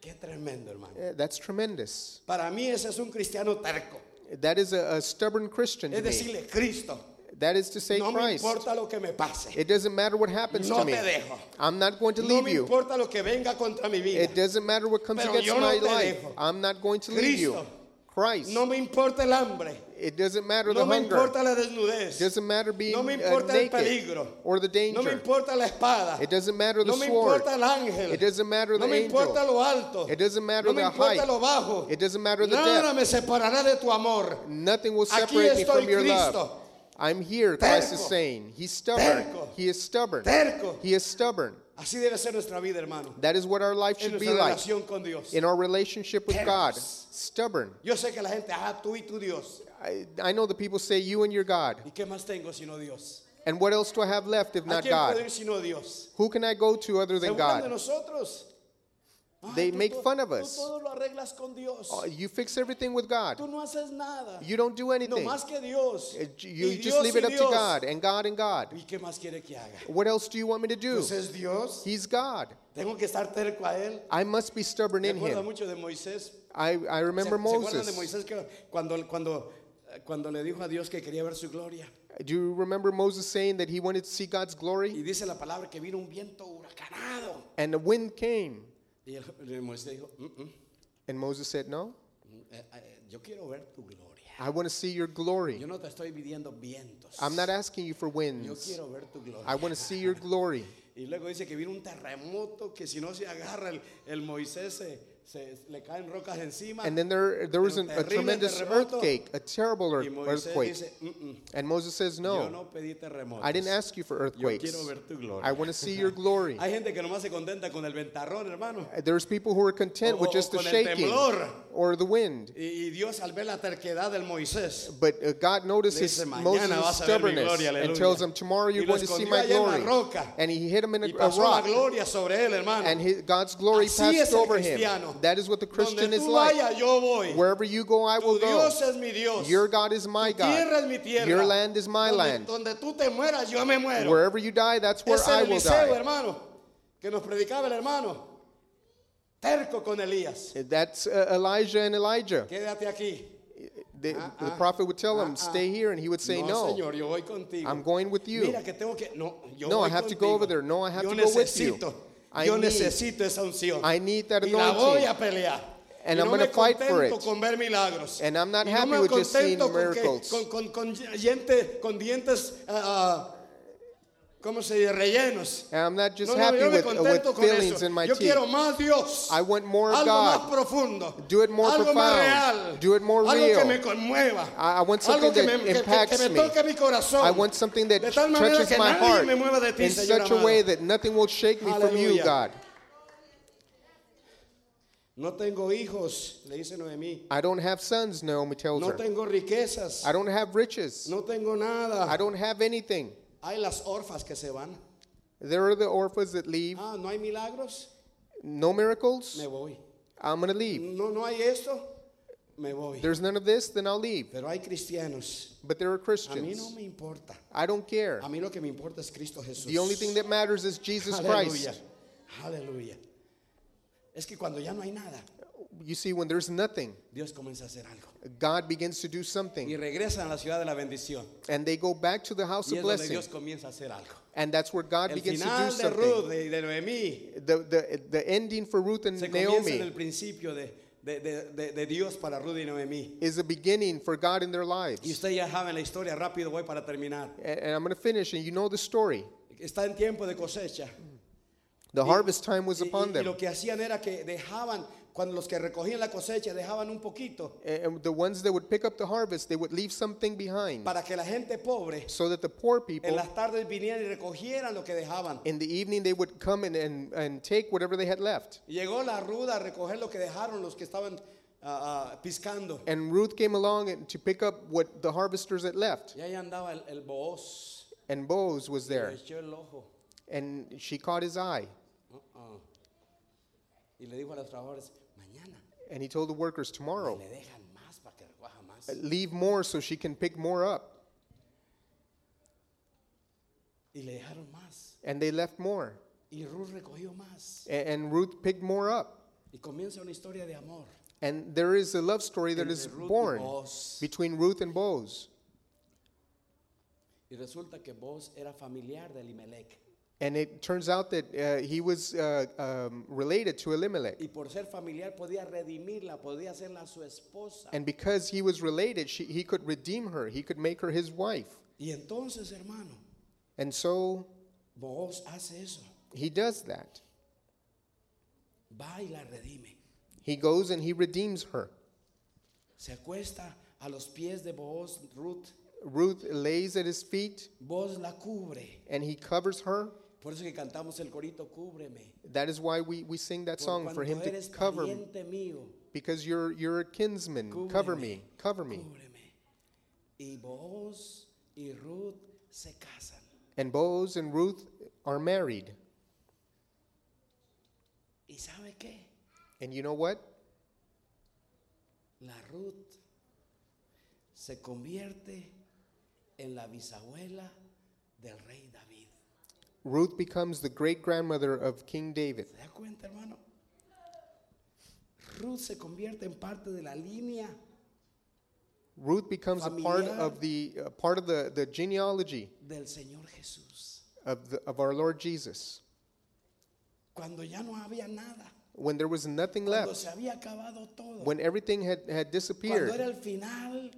S2: Qué tremendo, hermano.
S3: Eh, That's tremendous.
S2: Para mí, ese es un cristiano terco.
S3: That is a, a stubborn Christian.
S2: Es
S3: To me.
S2: decirle, Cristo,
S3: That is to say,
S2: no me
S3: Christ.
S2: importa lo que me pase.
S3: It doesn't matter what happens
S2: No
S3: to
S2: te
S3: me.
S2: dejo.
S3: I'm not going to
S2: No
S3: leave
S2: me
S3: you.
S2: importa lo que venga contra mi vida.
S3: It doesn't matter what comes
S2: Pero
S3: against
S2: yo no
S3: my
S2: te
S3: life.
S2: dejo.
S3: I'm not going to leave you.
S2: Cristo.
S3: Christ.
S2: No me importa el hambre.
S3: It doesn't matter
S2: No
S3: the
S2: me
S3: hunger.
S2: importa la
S3: It
S2: desnudez.
S3: doesn't matter being
S2: No me
S3: uh,
S2: importa el
S3: naked
S2: peligro.
S3: or the
S2: No me
S3: danger.
S2: importa la espada.
S3: It doesn't matter the
S2: No me
S3: sword.
S2: importa el ángel.
S3: It doesn't matter
S2: No
S3: the
S2: me importa
S3: angel.
S2: lo alto.
S3: It doesn't matter
S2: No me
S3: the
S2: importa
S3: height.
S2: lo bajo.
S3: It doesn't matter the
S2: Nada
S3: depth.
S2: me separará de tu amor.
S3: Nothing will
S2: Aquí
S3: separate me
S2: estoy,
S3: from your
S2: Cristo.
S3: love. I'm here, Christ is
S2: Terco.
S3: saying. He's stubborn.
S2: Terco.
S3: He is stubborn.
S2: Terco.
S3: He is stubborn.
S2: Así debe ser nuestra vida, hermano.
S3: That is what our life
S2: En
S3: should be
S2: nuestra
S3: like
S2: relación con Dios.
S3: in our relationship with God.
S2: Tercos.
S3: Stubborn.
S2: Yo sé que la gente, ah, tú y tu Dios.
S3: I, I know the people say, You and your God.
S2: ¿Y qué más tengo sino Dios?
S3: And what else do I have left if
S2: ¿A
S3: not
S2: quién puedo
S3: God?
S2: ir sino Dios?
S3: Who can I go to other
S2: Se
S3: than
S2: burlan de
S3: God?
S2: nosotros. Ay,
S3: They
S2: tú
S3: make
S2: to-
S3: fun of
S2: tú
S3: us.
S2: todo lo arreglas con Dios.
S3: Oh, You fix everything with God.
S2: Tú no haces nada.
S3: You don't do
S2: no
S3: anything.
S2: más que Dios.
S3: Uh,
S2: Y
S3: You
S2: Dios
S3: just leave
S2: y
S3: it up to
S2: Dios.
S3: God and God and God.
S2: ¿Y qué más quiere que haga?
S3: What else do you want me to do?
S2: Pues es Dios.
S3: He's God.
S2: Tengo que estar terco a él.
S3: I must be stubborn
S2: Me
S3: in
S2: acuerdo
S3: Him.
S2: mucho de Moisés.
S3: I, I
S2: ¿Se,
S3: remember
S2: se acuerdan de
S3: Moses.
S2: Moisés que cuando cuando cuando le dijo a Dios que quería ver su gloria
S3: Do you remember Moses saying that he wanted to see God's
S2: y
S3: glory?
S2: dice la palabra que vino un viento huracanado
S3: And the wind came.
S2: y el- el Moisés dijo, "Mm, mm,
S3: And Moses said, No,
S2: mm, eh, eh, yo quiero ver tu gloria.
S3: I want to see your glory.
S2: Yo no te estoy pidiendo vientos.
S3: I'm not asking you for
S2: Yo
S3: winds.
S2: quiero ver tu gloria.
S3: I want to see your glory.
S2: Y luego dice que vino un terremoto que si no se agarra el, el Moisés se, se- le caen rocas encima.
S3: And then there, there was an, a
S2: Terrible
S3: tremendous
S2: terremoto.
S3: earthquake, a terrible
S2: y
S3: earth-
S2: Moisés
S3: earthquake.
S2: dice, "Mm, mm,
S3: And Moses says,
S2: yo
S3: No,
S2: no pedí terremoto.
S3: I didn't ask you for
S2: Yo
S3: earthquakes.
S2: quiero ver tu gloria.
S3: I want to see your glory.
S2: Hay gente que nomás se contenta con el ventarrón, hermano.
S3: There's people who are content
S2: O-
S3: with
S2: o
S3: just the
S2: con el
S3: shaking
S2: temblor.
S3: or the wind.
S2: Y, y Dios al ver la terquedad del Moisés.
S3: But uh, God
S2: Le
S3: notices
S2: dice, "Mañana
S3: Moses'
S2: vas a ver mi
S3: stubbornness
S2: gloria,
S3: and
S2: aleluya."
S3: tells him, Tomorrow
S2: Y
S3: you're
S2: lo
S3: going to see
S2: escondió
S3: my
S2: allá en la
S3: glory.
S2: roca.
S3: And he hit him in a,
S2: Y
S3: a
S2: pasó la
S3: rock.
S2: gloria sobre él, hermano.
S3: And his, God's glory
S2: Así es
S3: passed
S2: el
S3: over
S2: cristiano.
S3: him. That is what the Christian
S2: Donde
S3: is
S2: tú
S3: like.
S2: vayas, yo voy.
S3: Wherever you go, I
S2: tu
S3: will go.
S2: Dios es mi Dios.
S3: Your God is my
S2: tierra es
S3: God.
S2: mi tierra.
S3: Your land is my
S2: donde,
S3: land.
S2: Donde tú te mueras, yo me muero.
S3: Wherever you die, that's where
S2: es
S3: I
S2: el
S3: will
S2: Eliseo,
S3: die.
S2: hermano, que nos predicaba el hermano. Terco con Elías.
S3: That's uh, Elijah and Elijah.
S2: Quédate aquí.
S3: The,
S2: Ah,
S3: the prophet would tell him, Stay here. And he would say,
S2: no,
S3: No,
S2: señor, yo voy contigo.
S3: I'm going with you.
S2: Mira que tengo que no, yo
S3: No,
S2: voy
S3: I have to
S2: contigo.
S3: go over there. No, I have
S2: yo
S3: to go with
S2: necesito.
S3: you. I
S2: yo
S3: need-
S2: necesito esa unción.
S3: I need that
S2: y la voy
S3: anointing.
S2: a pelear.
S3: And
S2: y
S3: I'm
S2: no me
S3: gonna fight for
S2: contento
S3: it.
S2: con ver milagros.
S3: And I'm not
S2: y
S3: happy
S2: no me
S3: with just seeing
S2: contento con que-
S3: miracles.
S2: Con, con, con gente- con dientes, ah, ah, ¿cómo se dice? Rellenos.
S3: And I'm not just
S2: no, no,
S3: happy
S2: yo me
S3: with, uh, with
S2: contento con
S3: feelings
S2: eso.
S3: in my
S2: yo
S3: teeth.
S2: quiero más Dios.
S3: I want more of
S2: algo
S3: God.
S2: más profundo.
S3: Do it more
S2: algo más
S3: profound.
S2: real.
S3: Do it more
S2: algo que
S3: real.
S2: me conmueva.
S3: I- I want something
S2: algo que
S3: that
S2: me, que- que-
S3: impacts
S2: que me
S3: me.
S2: toque mi corazón.
S3: I want something that
S2: de tal manera
S3: touches
S2: que
S3: my
S2: nadie
S3: heart
S2: me mueva de ti,
S3: in
S2: Señor
S3: such a
S2: amado.
S3: way that nothing will shake me from you,
S2: Aleluya.
S3: God.
S2: No tengo hijos, le dice Noemí.
S3: I don't have sons, Naomi tells
S2: No
S3: her.
S2: tengo riquezas.
S3: I don't have riches.
S2: No tengo
S3: I
S2: nada.
S3: don't have anything.
S2: Hay las orfas que se van.
S3: There are the orphans that leave.
S2: Ah, no hay milagros.
S3: No miracles.
S2: Me voy.
S3: I'm going to leave.
S2: No, no hay esto. Me voy.
S3: There's none of this, then I'll leave.
S2: Pero hay cristianos.
S3: But there are
S2: A mí no
S3: Christians.
S2: me importa.
S3: I don't care.
S2: A mí lo que me importa es Cristo Jesús.
S3: The only thing that matters is Jesus
S2: Aleluya.
S3: Christ.
S2: Aleluya. Es que cuando ya no hay nada,
S3: You see, when there's nothing,
S2: Dios comienza a hacer algo.
S3: God begins to do
S2: Y
S3: something.
S2: regresan a la ciudad de la bendición.
S3: And they go back to the house
S2: Y
S3: of
S2: es donde
S3: blessing.
S2: Dios comienza a hacer algo.
S3: And that's where God
S2: El
S3: begins to do
S2: final de
S3: something.
S2: Ruth y de Noemí
S3: The, the, the ending for Ruth and
S2: se comienza en el
S3: Naomi
S2: principio de, de- de- de- de Dios para Ruth y Noemí.
S3: is a beginning for God in their
S2: Y
S3: lives.
S2: ustedes ya saben la historia, rápido voy para terminar.
S3: And, and I'm going to finish, and you know the story.
S2: Está en tiempo de cosecha.
S3: The harvest time was
S2: Y- y-
S3: upon
S2: y
S3: them.
S2: lo que hacían era que dejaban, cuando los que recogían la cosecha dejaban un poquito
S3: And and the ones that would pick up the harvest, they would leave something behind
S2: para que la gente pobre
S3: so that the poor
S2: en
S3: people
S2: las tardes vinieran y recogieran lo que dejaban.
S3: in the evening they would come and, and, and take whatever they had left.
S2: Llegó la ruda a recoger lo que dejaron los que estaban ah, ah, piscando.
S3: And Ruth came along and to pick up what the harvesters had left.
S2: Y ahí andaba el, el Booz,
S3: And Boaz was
S2: le
S3: there.
S2: echó el ojo
S3: And she caught his eye.
S2: Uh-uh. y le dijo a los trabajadores, mañana
S3: And he told the workers, Tomorrow,
S2: le dejan más para que recoja más.
S3: leave more so she can pick more up.
S2: Y le dejaron más.
S3: And they left more.
S2: Y Ruth recogió más.
S3: A- And Ruth picked more up.
S2: Y comienza una historia de amor.
S3: And there is a love story that
S2: Entre
S3: is
S2: Ruth y
S3: born
S2: Boaz.
S3: between Ruth and Boaz.
S2: Y resulta que Boaz era familiar de Elimelech.
S3: And it turns out that uh, he was uh, um, related to Elimelech.
S2: Y por ser familiar podía redimirla, podía hacerla su esposa.
S3: And because he was related, she, he could redeem her, he could make her his wife.
S2: Y entonces, hermano,
S3: And so
S2: Boaz hace eso.
S3: he does that.
S2: Va y la redime.
S3: He goes and he redeems her.
S2: Se acuesta a los pies de Boaz, Ruth.
S3: Ruth lays at his feet
S2: Boaz la cubre.
S3: and he covers her.
S2: Por eso que cantamos el corito, cúbreme.
S3: That is why we, we sing that
S2: Por
S3: song for
S2: cuanto
S3: him to
S2: eres
S3: cover me.
S2: pariente mío,
S3: Because you're, you're a kinsman. Cover me. Cover me.
S2: Cúbreme. Y Boaz y Ruth se casan.
S3: And Boaz and Ruth are married.
S2: ¿Y sabe qué?
S3: And you know what?
S2: La Ruth se convierte en la bisabuela del rey David.
S3: Ruth becomes the great grandmother of King David.
S2: ¿Se da cuenta, hermano? Ruth se convierte en parte de la línea
S3: Ruth becomes a part
S2: Familiar.
S3: of the uh, part of the, the genealogy
S2: del Señor Jesús.
S3: of, the, of our Lord Jesus.
S2: Cuando ya no había nada,
S3: When there was nothing
S2: cuando
S3: left,
S2: se había acabado todo,
S3: when everything had, had
S2: cuando era
S3: disappeared,
S2: el final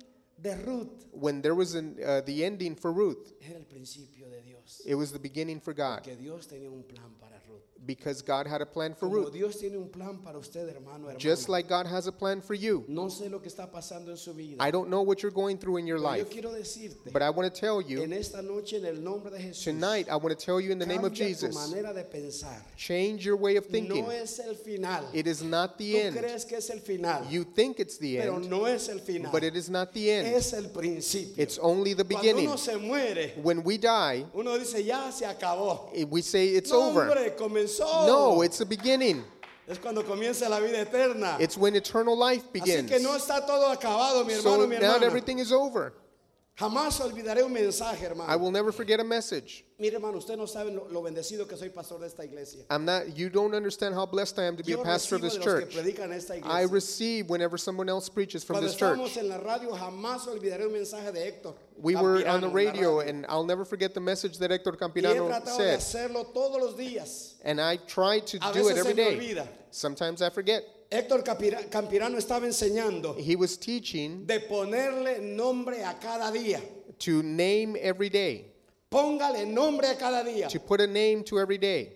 S2: de Ruth,
S3: when there was an, uh, the ending for Ruth,
S2: era el principio de Dios.
S3: it was the beginning for God
S2: Que Dios tenía un plan para Ruth.
S3: because God had a plan for
S2: Como
S3: Ruth,
S2: Dios tiene un plan para usted, hermano, hermana.
S3: just like God has a plan for you.
S2: no sé lo que está pasando en su vida.
S3: I don't know what you're going through in your
S2: Pero
S3: life,
S2: Yo quiero decirte,
S3: but I want to tell
S2: en
S3: you
S2: esta noche, en el nombre de Jesús,
S3: tonight, I want to tell you in the name of
S2: cambia tu
S3: Jesus
S2: manera de pensar.
S3: change your way of thinking.
S2: No es el final.
S3: It is not
S2: Tú
S3: the end.
S2: crees que es el final,
S3: You think it's the
S2: pero
S3: end,
S2: no es el final.
S3: but it is not the end.
S2: es el principio.
S3: It's only the
S2: Cuando
S3: beginning.
S2: uno se muere,
S3: When we die,
S2: uno dice ya se acabó.
S3: eh, we say it's
S2: no,
S3: over.
S2: hombre, comenzó.
S3: No, it's the beginning.
S2: es cuando comienza la vida eterna.
S3: It's when eternal life
S2: Así
S3: begins.
S2: que no está todo acabado, mi hermano,
S3: So
S2: mi
S3: now
S2: hermana.
S3: everything is over.
S2: Jamás olvidaré un mensaje,
S3: I
S2: hermano.
S3: will never forget a message.
S2: Mire, hermano, usted no sabe lo, lo bendecido que soy pastor de esta iglesia.
S3: I'm not. You don't understand how blessed I am to be a
S2: Yo recibo
S3: pastor of this
S2: de los que
S3: church.
S2: predican en esta iglesia.
S3: I receive whenever someone else preaches from
S2: Cuando
S3: this
S2: estábamos
S3: church.
S2: en la radio, jamás olvidaré un mensaje de Héctor.
S3: We were
S2: Campirano
S3: on the
S2: en la
S3: radio,
S2: radio.
S3: and I'll never forget the message that Hector
S2: y he
S3: Campirano
S2: tratado de
S3: said.
S2: hacerlo todos los días.
S3: And I try to
S2: A
S3: do
S2: veces
S3: it
S2: se me
S3: every day.
S2: olvida.
S3: Sometimes I forget.
S2: Héctor Capira- Campirano estaba enseñando
S3: He was teaching
S2: de ponerle nombre a cada día.
S3: to name every day,
S2: Póngale nombre a cada día.
S3: to put a name to every day.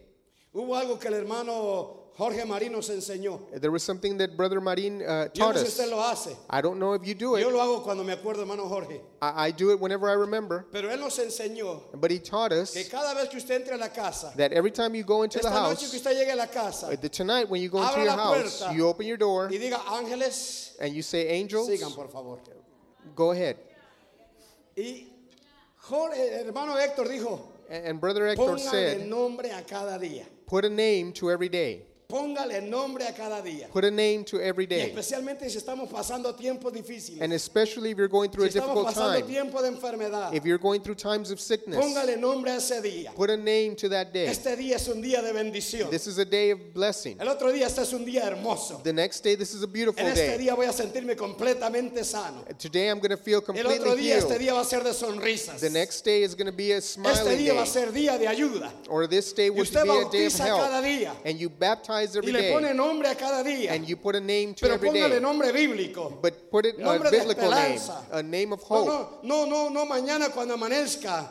S2: Hubo algo que el hermano Jorge Marín nos enseñó.
S3: There was something that Brother Marin uh,
S2: Yo
S3: taught
S2: no sé si
S3: us.
S2: usted lo hace.
S3: I don't know if you do
S2: Yo
S3: it.
S2: lo hago cuando me acuerdo, hermano Jorge.
S3: I, I do it whenever I remember.
S2: Pero él nos enseñó
S3: But he taught us
S2: que cada vez que usted entre a la casa,
S3: that every time you go into the
S2: esta noche que
S3: house,
S2: usted llegue a la casa
S3: uh, the- tonight when you go into
S2: Abra
S3: your
S2: la
S3: house,
S2: puerta.
S3: you open your door
S2: y diga ángeles,
S3: and you say, "Angels,
S2: sigan por favor.
S3: go ahead."
S2: Y Jorge, el hermano Héctor dijo,
S3: A- And Brother Hector
S2: póngale
S3: said,
S2: nombre a cada día.
S3: "Put a name to every day.
S2: Póngale nombre a cada día.
S3: Put a name to every
S2: Y
S3: day."
S2: especialmente si estamos pasando tiempos difíciles,
S3: And especially if you're going through
S2: si
S3: a
S2: estamos
S3: difficult
S2: pasando
S3: time,
S2: tiempos de enfermedad,
S3: if you're going through times of sickness,
S2: póngale nombre a ese día.
S3: put a name to that day.
S2: Este día es un día de bendición.
S3: This is a day of blessing.
S2: El otro día este es un día hermoso.
S3: The next day, this is a
S2: En
S3: beautiful
S2: este
S3: day.
S2: día voy a sentirme completamente sano.
S3: Today, I'm going to feel
S2: El otro
S3: completely
S2: día este
S3: healed.
S2: día va a ser de sonrisas.
S3: The next day is going to be a
S2: Este
S3: smiling
S2: día va a
S3: day.
S2: ser día de ayuda.
S3: Or this day
S2: Y
S3: will be
S2: usted
S3: a day of
S2: bautiza cada
S3: health.
S2: día
S3: And you baptize
S2: y
S3: every
S2: le pone
S3: day.
S2: nombre a cada día.
S3: And you put a name to
S2: Pero
S3: every
S2: póngale
S3: day.
S2: nombre bíblico.
S3: But put it
S2: Nombre
S3: a
S2: de
S3: biblical name,
S2: esperanza.
S3: a name of
S2: No,
S3: hope.
S2: no, no, no, no mañana cuando amanezca.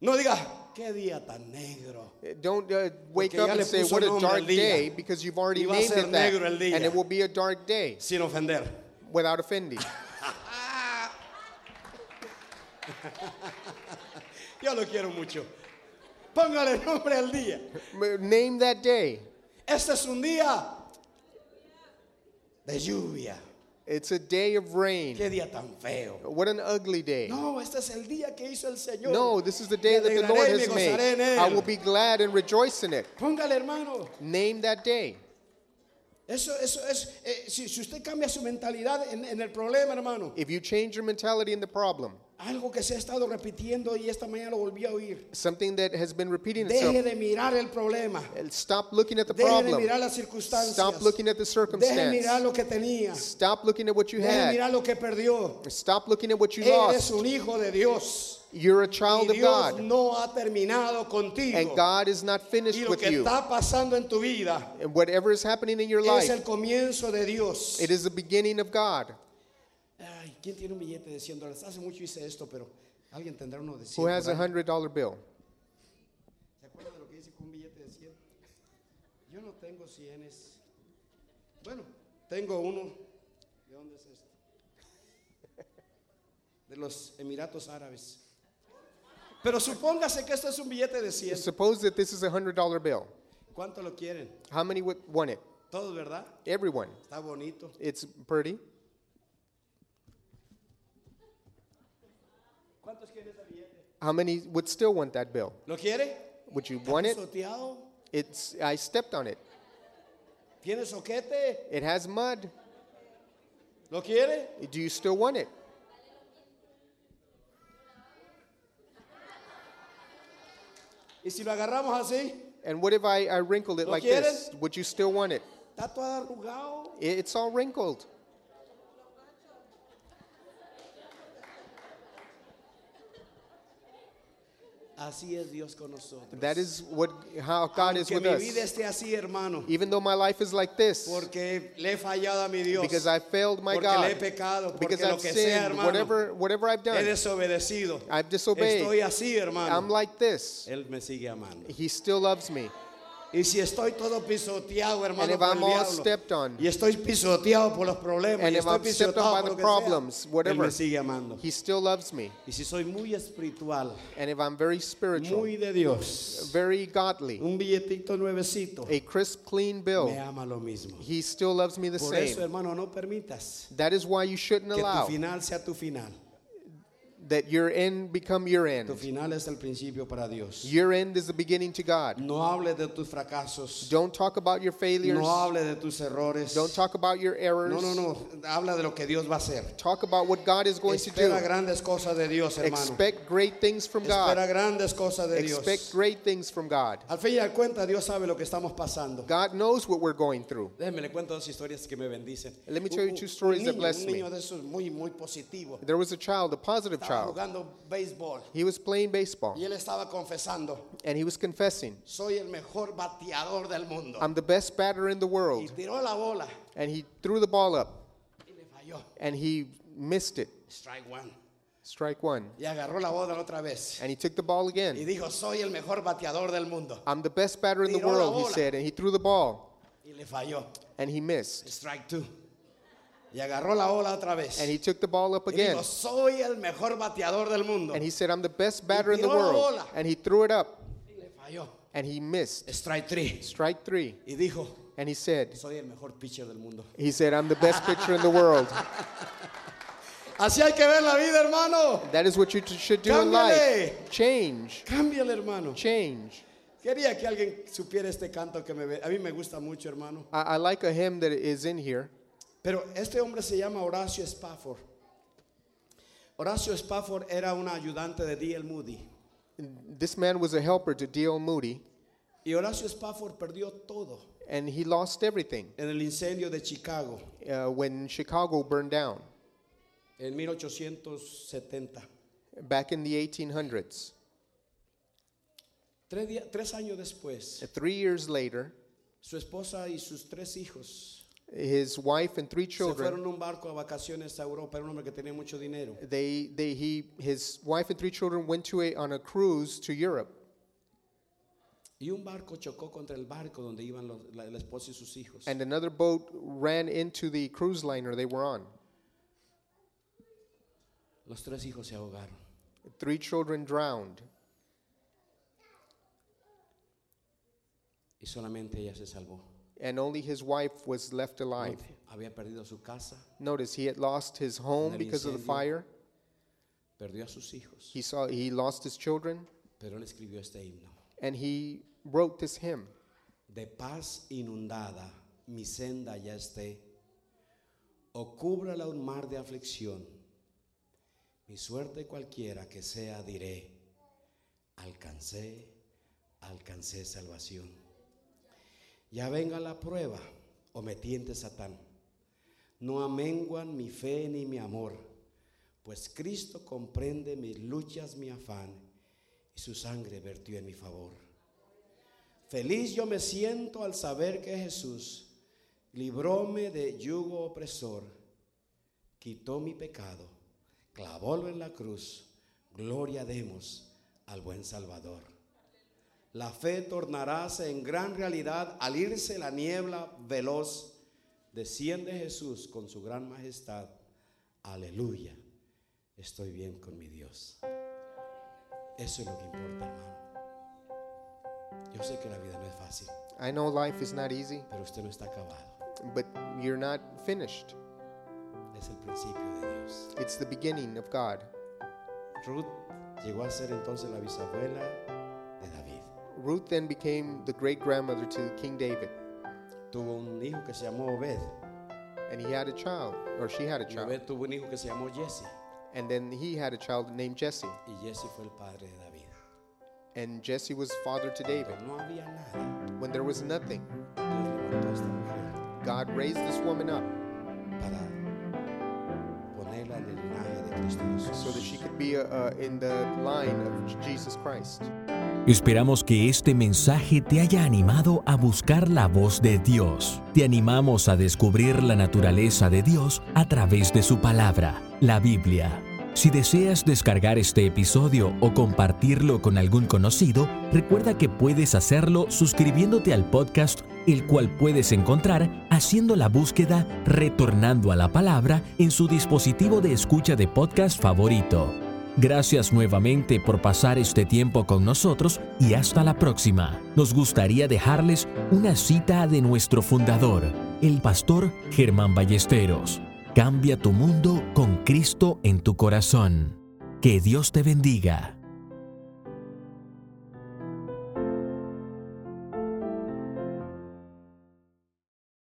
S2: No diga, "Ah, Qué día tan negro.
S3: Uh, Don't uh, wake
S2: Porque ya
S3: up and
S2: le
S3: say,
S2: puso
S3: What a
S2: nombre al
S3: dark
S2: día.
S3: day, because you've already
S2: Y va a
S3: named
S2: ser
S3: it that.
S2: negro el día.
S3: And it will be a dark day
S2: Sin ofender.
S3: without offending.
S2: Yo lo quiero mucho. Póngale nombre al día.
S3: M- Name that day.
S2: Este es un día de lluvia.
S3: It's a day of rain.
S2: Qué día tan feo.
S3: What an ugly day.
S2: No, este es el día que hizo el Señor.
S3: No, this is the
S2: Me
S3: day that the
S2: alegraré
S3: Lord
S2: y me
S3: has
S2: gozaré en
S3: made.
S2: él.
S3: I will be glad and rejoice in it.
S2: Póngale, hermano.
S3: Name that day.
S2: Eso, eso es. eh, si, si usted cambia su mentalidad en, en el problema, hermano,
S3: If you change your mentality in the problem,
S2: algo que se ha estado repitiendo y esta mañana lo volví a oír.
S3: something that has been repeating
S2: Deje
S3: itself,
S2: de mirar el problema.
S3: stop looking at the
S2: Deje de
S3: problem.
S2: mirar las circunstancias.
S3: Stop looking at the
S2: Deje de mirar
S3: circumstance.
S2: lo que tenía.
S3: Stop looking at what you
S2: Deje de
S3: had.
S2: mirar lo que perdió.
S3: Stop looking at what you
S2: Eres
S3: lost.
S2: un hijo de Dios.
S3: You're a
S2: Y
S3: child of
S2: Dios
S3: God,
S2: no ha terminado contigo.
S3: and God is not
S2: y
S3: finished
S2: lo
S3: with
S2: que
S3: you.
S2: está pasando en tu vida
S3: And whatever is happening in your
S2: es
S3: life,
S2: el comienzo de Dios.
S3: it is the beginning of God.
S2: Ay, ¿quién tiene un billete de 100 dólares? Hace mucho hice esto, pero alguien tendrá uno de 100.
S3: Who has
S2: por
S3: a
S2: ahí.
S3: hundred dollar bill?
S2: ¿Se acuerdan de lo que hice con un billete de 100? Yo no tengo 100. Bueno, tengo uno. ¿De dónde es este? De los Emiratos Árabes. Pero supóngase que esto es un billete de 100.
S3: Suppose that this is a hundred dollar bill.
S2: ¿Cuánto lo quieren?
S3: How many would want it?
S2: Todos, ¿verdad?
S3: Everyone.
S2: Está bonito.
S3: It's pretty.
S2: ¿Cuántos quieren ese billete?
S3: How many would still want that bill?
S2: ¿Lo quiere?
S3: Would you
S2: ¿Está
S3: want it?
S2: pisoteado?
S3: It's I stepped on it.
S2: ¿Tiene soquete?
S3: It has mud.
S2: ¿Lo quiere?
S3: Do you still want it?
S2: Y si lo agarramos así,
S3: And what if I, I wrinkled it
S2: ¿Lo
S3: like
S2: quieres?
S3: this? Would you still want it?
S2: está todo arrugado.
S3: I- It's all wrinkled.
S2: Así es Dios con nosotros.
S3: That is what how God is
S2: Aunque
S3: with
S2: mi vida
S3: us.
S2: esté así, hermano,
S3: Even though my life is like this,
S2: porque le he fallado a mi Dios,
S3: because I failed my
S2: porque le he
S3: God,
S2: pecado, porque
S3: because
S2: lo
S3: I've
S2: que sea,
S3: sinned,
S2: hermano,
S3: whatever whatever I've
S2: he
S3: done,
S2: desobedecido.
S3: I've disobeyed.
S2: Estoy así, hermano.
S3: I'm like this.
S2: Él me sigue amando.
S3: He still loves me.
S2: Y si estoy todo pisoteado,
S3: And
S2: hermano,
S3: if
S2: por el
S3: I'm all
S2: diablo,
S3: stepped on,
S2: y estoy pisoteado por los problemas,
S3: and
S2: y
S3: if
S2: estoy
S3: I'm stepped
S2: pisoteado por
S3: on by
S2: lo
S3: the
S2: que
S3: problems,
S2: sea, Él
S3: whatever,
S2: me sigue amando.
S3: He still loves me.
S2: Y si soy muy espiritual,
S3: And if I'm very spiritual,
S2: muy de Dios,
S3: very godly,
S2: un billetito nuevecito,
S3: a crisp, clean
S2: me
S3: bill,
S2: ama lo mismo.
S3: He still loves me the
S2: Por eso,
S3: same.
S2: hermano, no permitas
S3: That is why you shouldn't
S2: que tu
S3: allow
S2: final sea tu final.
S3: that your end become your
S2: Tu
S3: end.
S2: final es el principio para Dios.
S3: Your end is the beginning to God.
S2: No hables de tus fracasos.
S3: Don't talk about your failures.
S2: No hables de tus errores.
S3: Don't talk about your errors.
S2: No, no, no. Habla de lo que Dios va a hacer.
S3: Talk about what God is going to
S2: Espera
S3: do.
S2: grandes cosas de Dios, hermano.
S3: Expect great things from
S2: Espera
S3: God.
S2: grandes cosas de Dios.
S3: Expect great things from God.
S2: Al fin y al cuenta, Dios sabe lo que estamos pasando.
S3: God knows what we're going through.
S2: Déjenme le cuento dos historias que me bendicen.
S3: Let me tell you
S2: Un-
S3: two stories
S2: un
S3: that
S2: niño-
S3: bless
S2: un
S3: me.
S2: niño de esos muy, muy positivo.
S3: There was a child, a positive
S2: Estaba
S3: child.
S2: jugando béisbol
S3: He was playing baseball
S2: y él estaba confesando,
S3: and he was confessing,
S2: soy el mejor bateador del mundo.
S3: I'm the best batter in the
S2: Y
S3: world.
S2: tiró la bola
S3: And he threw the ball up
S2: y le falló.
S3: and he missed it.
S2: Strike one.
S3: Strike one.
S2: Y agarró la bola otra vez.
S3: And he took the ball
S2: Y
S3: again.
S2: dijo, soy el mejor bateador del mundo.
S3: I'm the best batter in the
S2: Tiró la
S3: world, he
S2: bola.
S3: said. And he threw the ball
S2: Y le falló.
S3: and he missed.
S2: Strike two. Y agarró la bola otra vez.
S3: And
S2: Y
S3: he took the ball up again.
S2: dijo, soy el mejor bateador del mundo.
S3: And
S2: Y
S3: he said, I'm the best batter in the
S2: tiró la
S3: world.
S2: bola.
S3: And he threw it up
S2: le falló.
S3: and he missed.
S2: Strike three.
S3: Strike three.
S2: Y dijo,
S3: And he said,
S2: soy el mejor pitcher del mundo.
S3: He said, I'm the best pitcher in the world.
S2: Así hay que ver la vida, hermano.
S3: That is what you t- should do in
S2: Cámbiale.
S3: life. Change.
S2: Cámbiale, hermano.
S3: Change.
S2: Quería que alguien supiera este canto que me ve- a mí me gusta mucho, hermano.
S3: I, I like a hymn that is in here.
S2: Pero este hombre se llama Horacio Spafford. Horacio Spafford era un ayudante de D.L. Moody.
S3: This man was a helper to D.L. Moody,
S2: Y Horacio Spafford perdió todo
S3: and he lost everything
S2: en el incendio de Chicago
S3: uh, when Chicago burned down
S2: en 1870.
S3: back in the 1800s.
S2: Tres, día- tres años después,
S3: Three years later,
S2: su esposa y sus tres hijos
S3: his wife and three
S2: se fueron
S3: children,
S2: en un barco a vacaciones a Europa. Era un hombre que tenía mucho dinero.
S3: they, they, he, his wife and three children went to a, on a cruise to Europe.
S2: Y un barco chocó contra el barco donde iban los- la, la esposa y sus hijos.
S3: And another boat ran into the cruise liner they were on.
S2: Los tres hijos se ahogaron.
S3: Three children drowned,
S2: Y solamente ella se salvó.
S3: and only his wife was left alive.
S2: Había perdido su casa,
S3: Notice he had lost his home
S2: Del
S3: because of the
S2: incendio.
S3: fire.
S2: perdió a sus hijos.
S3: He saw he lost his children,
S2: Pero él escribió este himno.
S3: and he wrote this hymn.
S2: De paz inundada, mi senda ya esté. O cúbrala un mar de aflicción. Mi suerte cualquiera que sea, diré. Alcancé, alcancé salvación. Ya venga la prueba o me tiente Satán. No amenguan mi fe ni mi amor, pues Cristo comprende mis luchas, mi afán, y su sangre vertió en mi favor. Feliz yo me siento al saber que Jesús libróme de yugo opresor, quitó mi pecado, clavólo en la cruz. Gloria demos al buen Salvador. La fe tornaráse en gran realidad al irse la niebla veloz. Desciende Jesús con su gran majestad. Aleluya. Estoy bien con mi Dios. Eso es lo que importa, hermano. Yo sé que la vida no es fácil,
S3: I know life is not easy,
S2: pero usted no está acabado.
S3: but you're not finished.
S2: Es el principio de Dios.
S3: It's the beginning of God.
S2: Ruth llegó a ser entonces la bisabuela de David.
S3: Ruth then became the great grandmother to King David,
S2: Tuvo un hijo que se llamó Obed.
S3: and he had a child, or she had a
S2: Y
S3: child,
S2: Obed tuvo un hijo que se llamó Jesse.
S3: and then he had a child named Jesse,
S2: Y Jesse fue el padre de David.
S3: and Jesse was father to David.
S2: Pero no había nada.
S3: When there was nothing,
S2: Dios levantó a esta mujer
S3: God raised this woman up
S2: para ponerla en el linaje de Cristo Jesús.
S3: so that she could be uh, uh, in the line of J- Jesus Christ.
S1: Esperamos que este mensaje te haya animado a buscar la voz de Dios. Te animamos a descubrir la naturaleza de Dios a través de su palabra, la Biblia. Si deseas descargar este episodio o compartirlo con algún conocido, recuerda que puedes hacerlo suscribiéndote al podcast, el cual puedes encontrar haciendo la búsqueda Retornando a la Palabra en su dispositivo de escucha de podcast favorito. Gracias nuevamente por pasar este tiempo con nosotros y hasta la próxima. Nos gustaría dejarles una cita de nuestro fundador, el pastor Germán Ballesteros. Cambia tu mundo con Cristo en tu corazón. Que Dios te bendiga.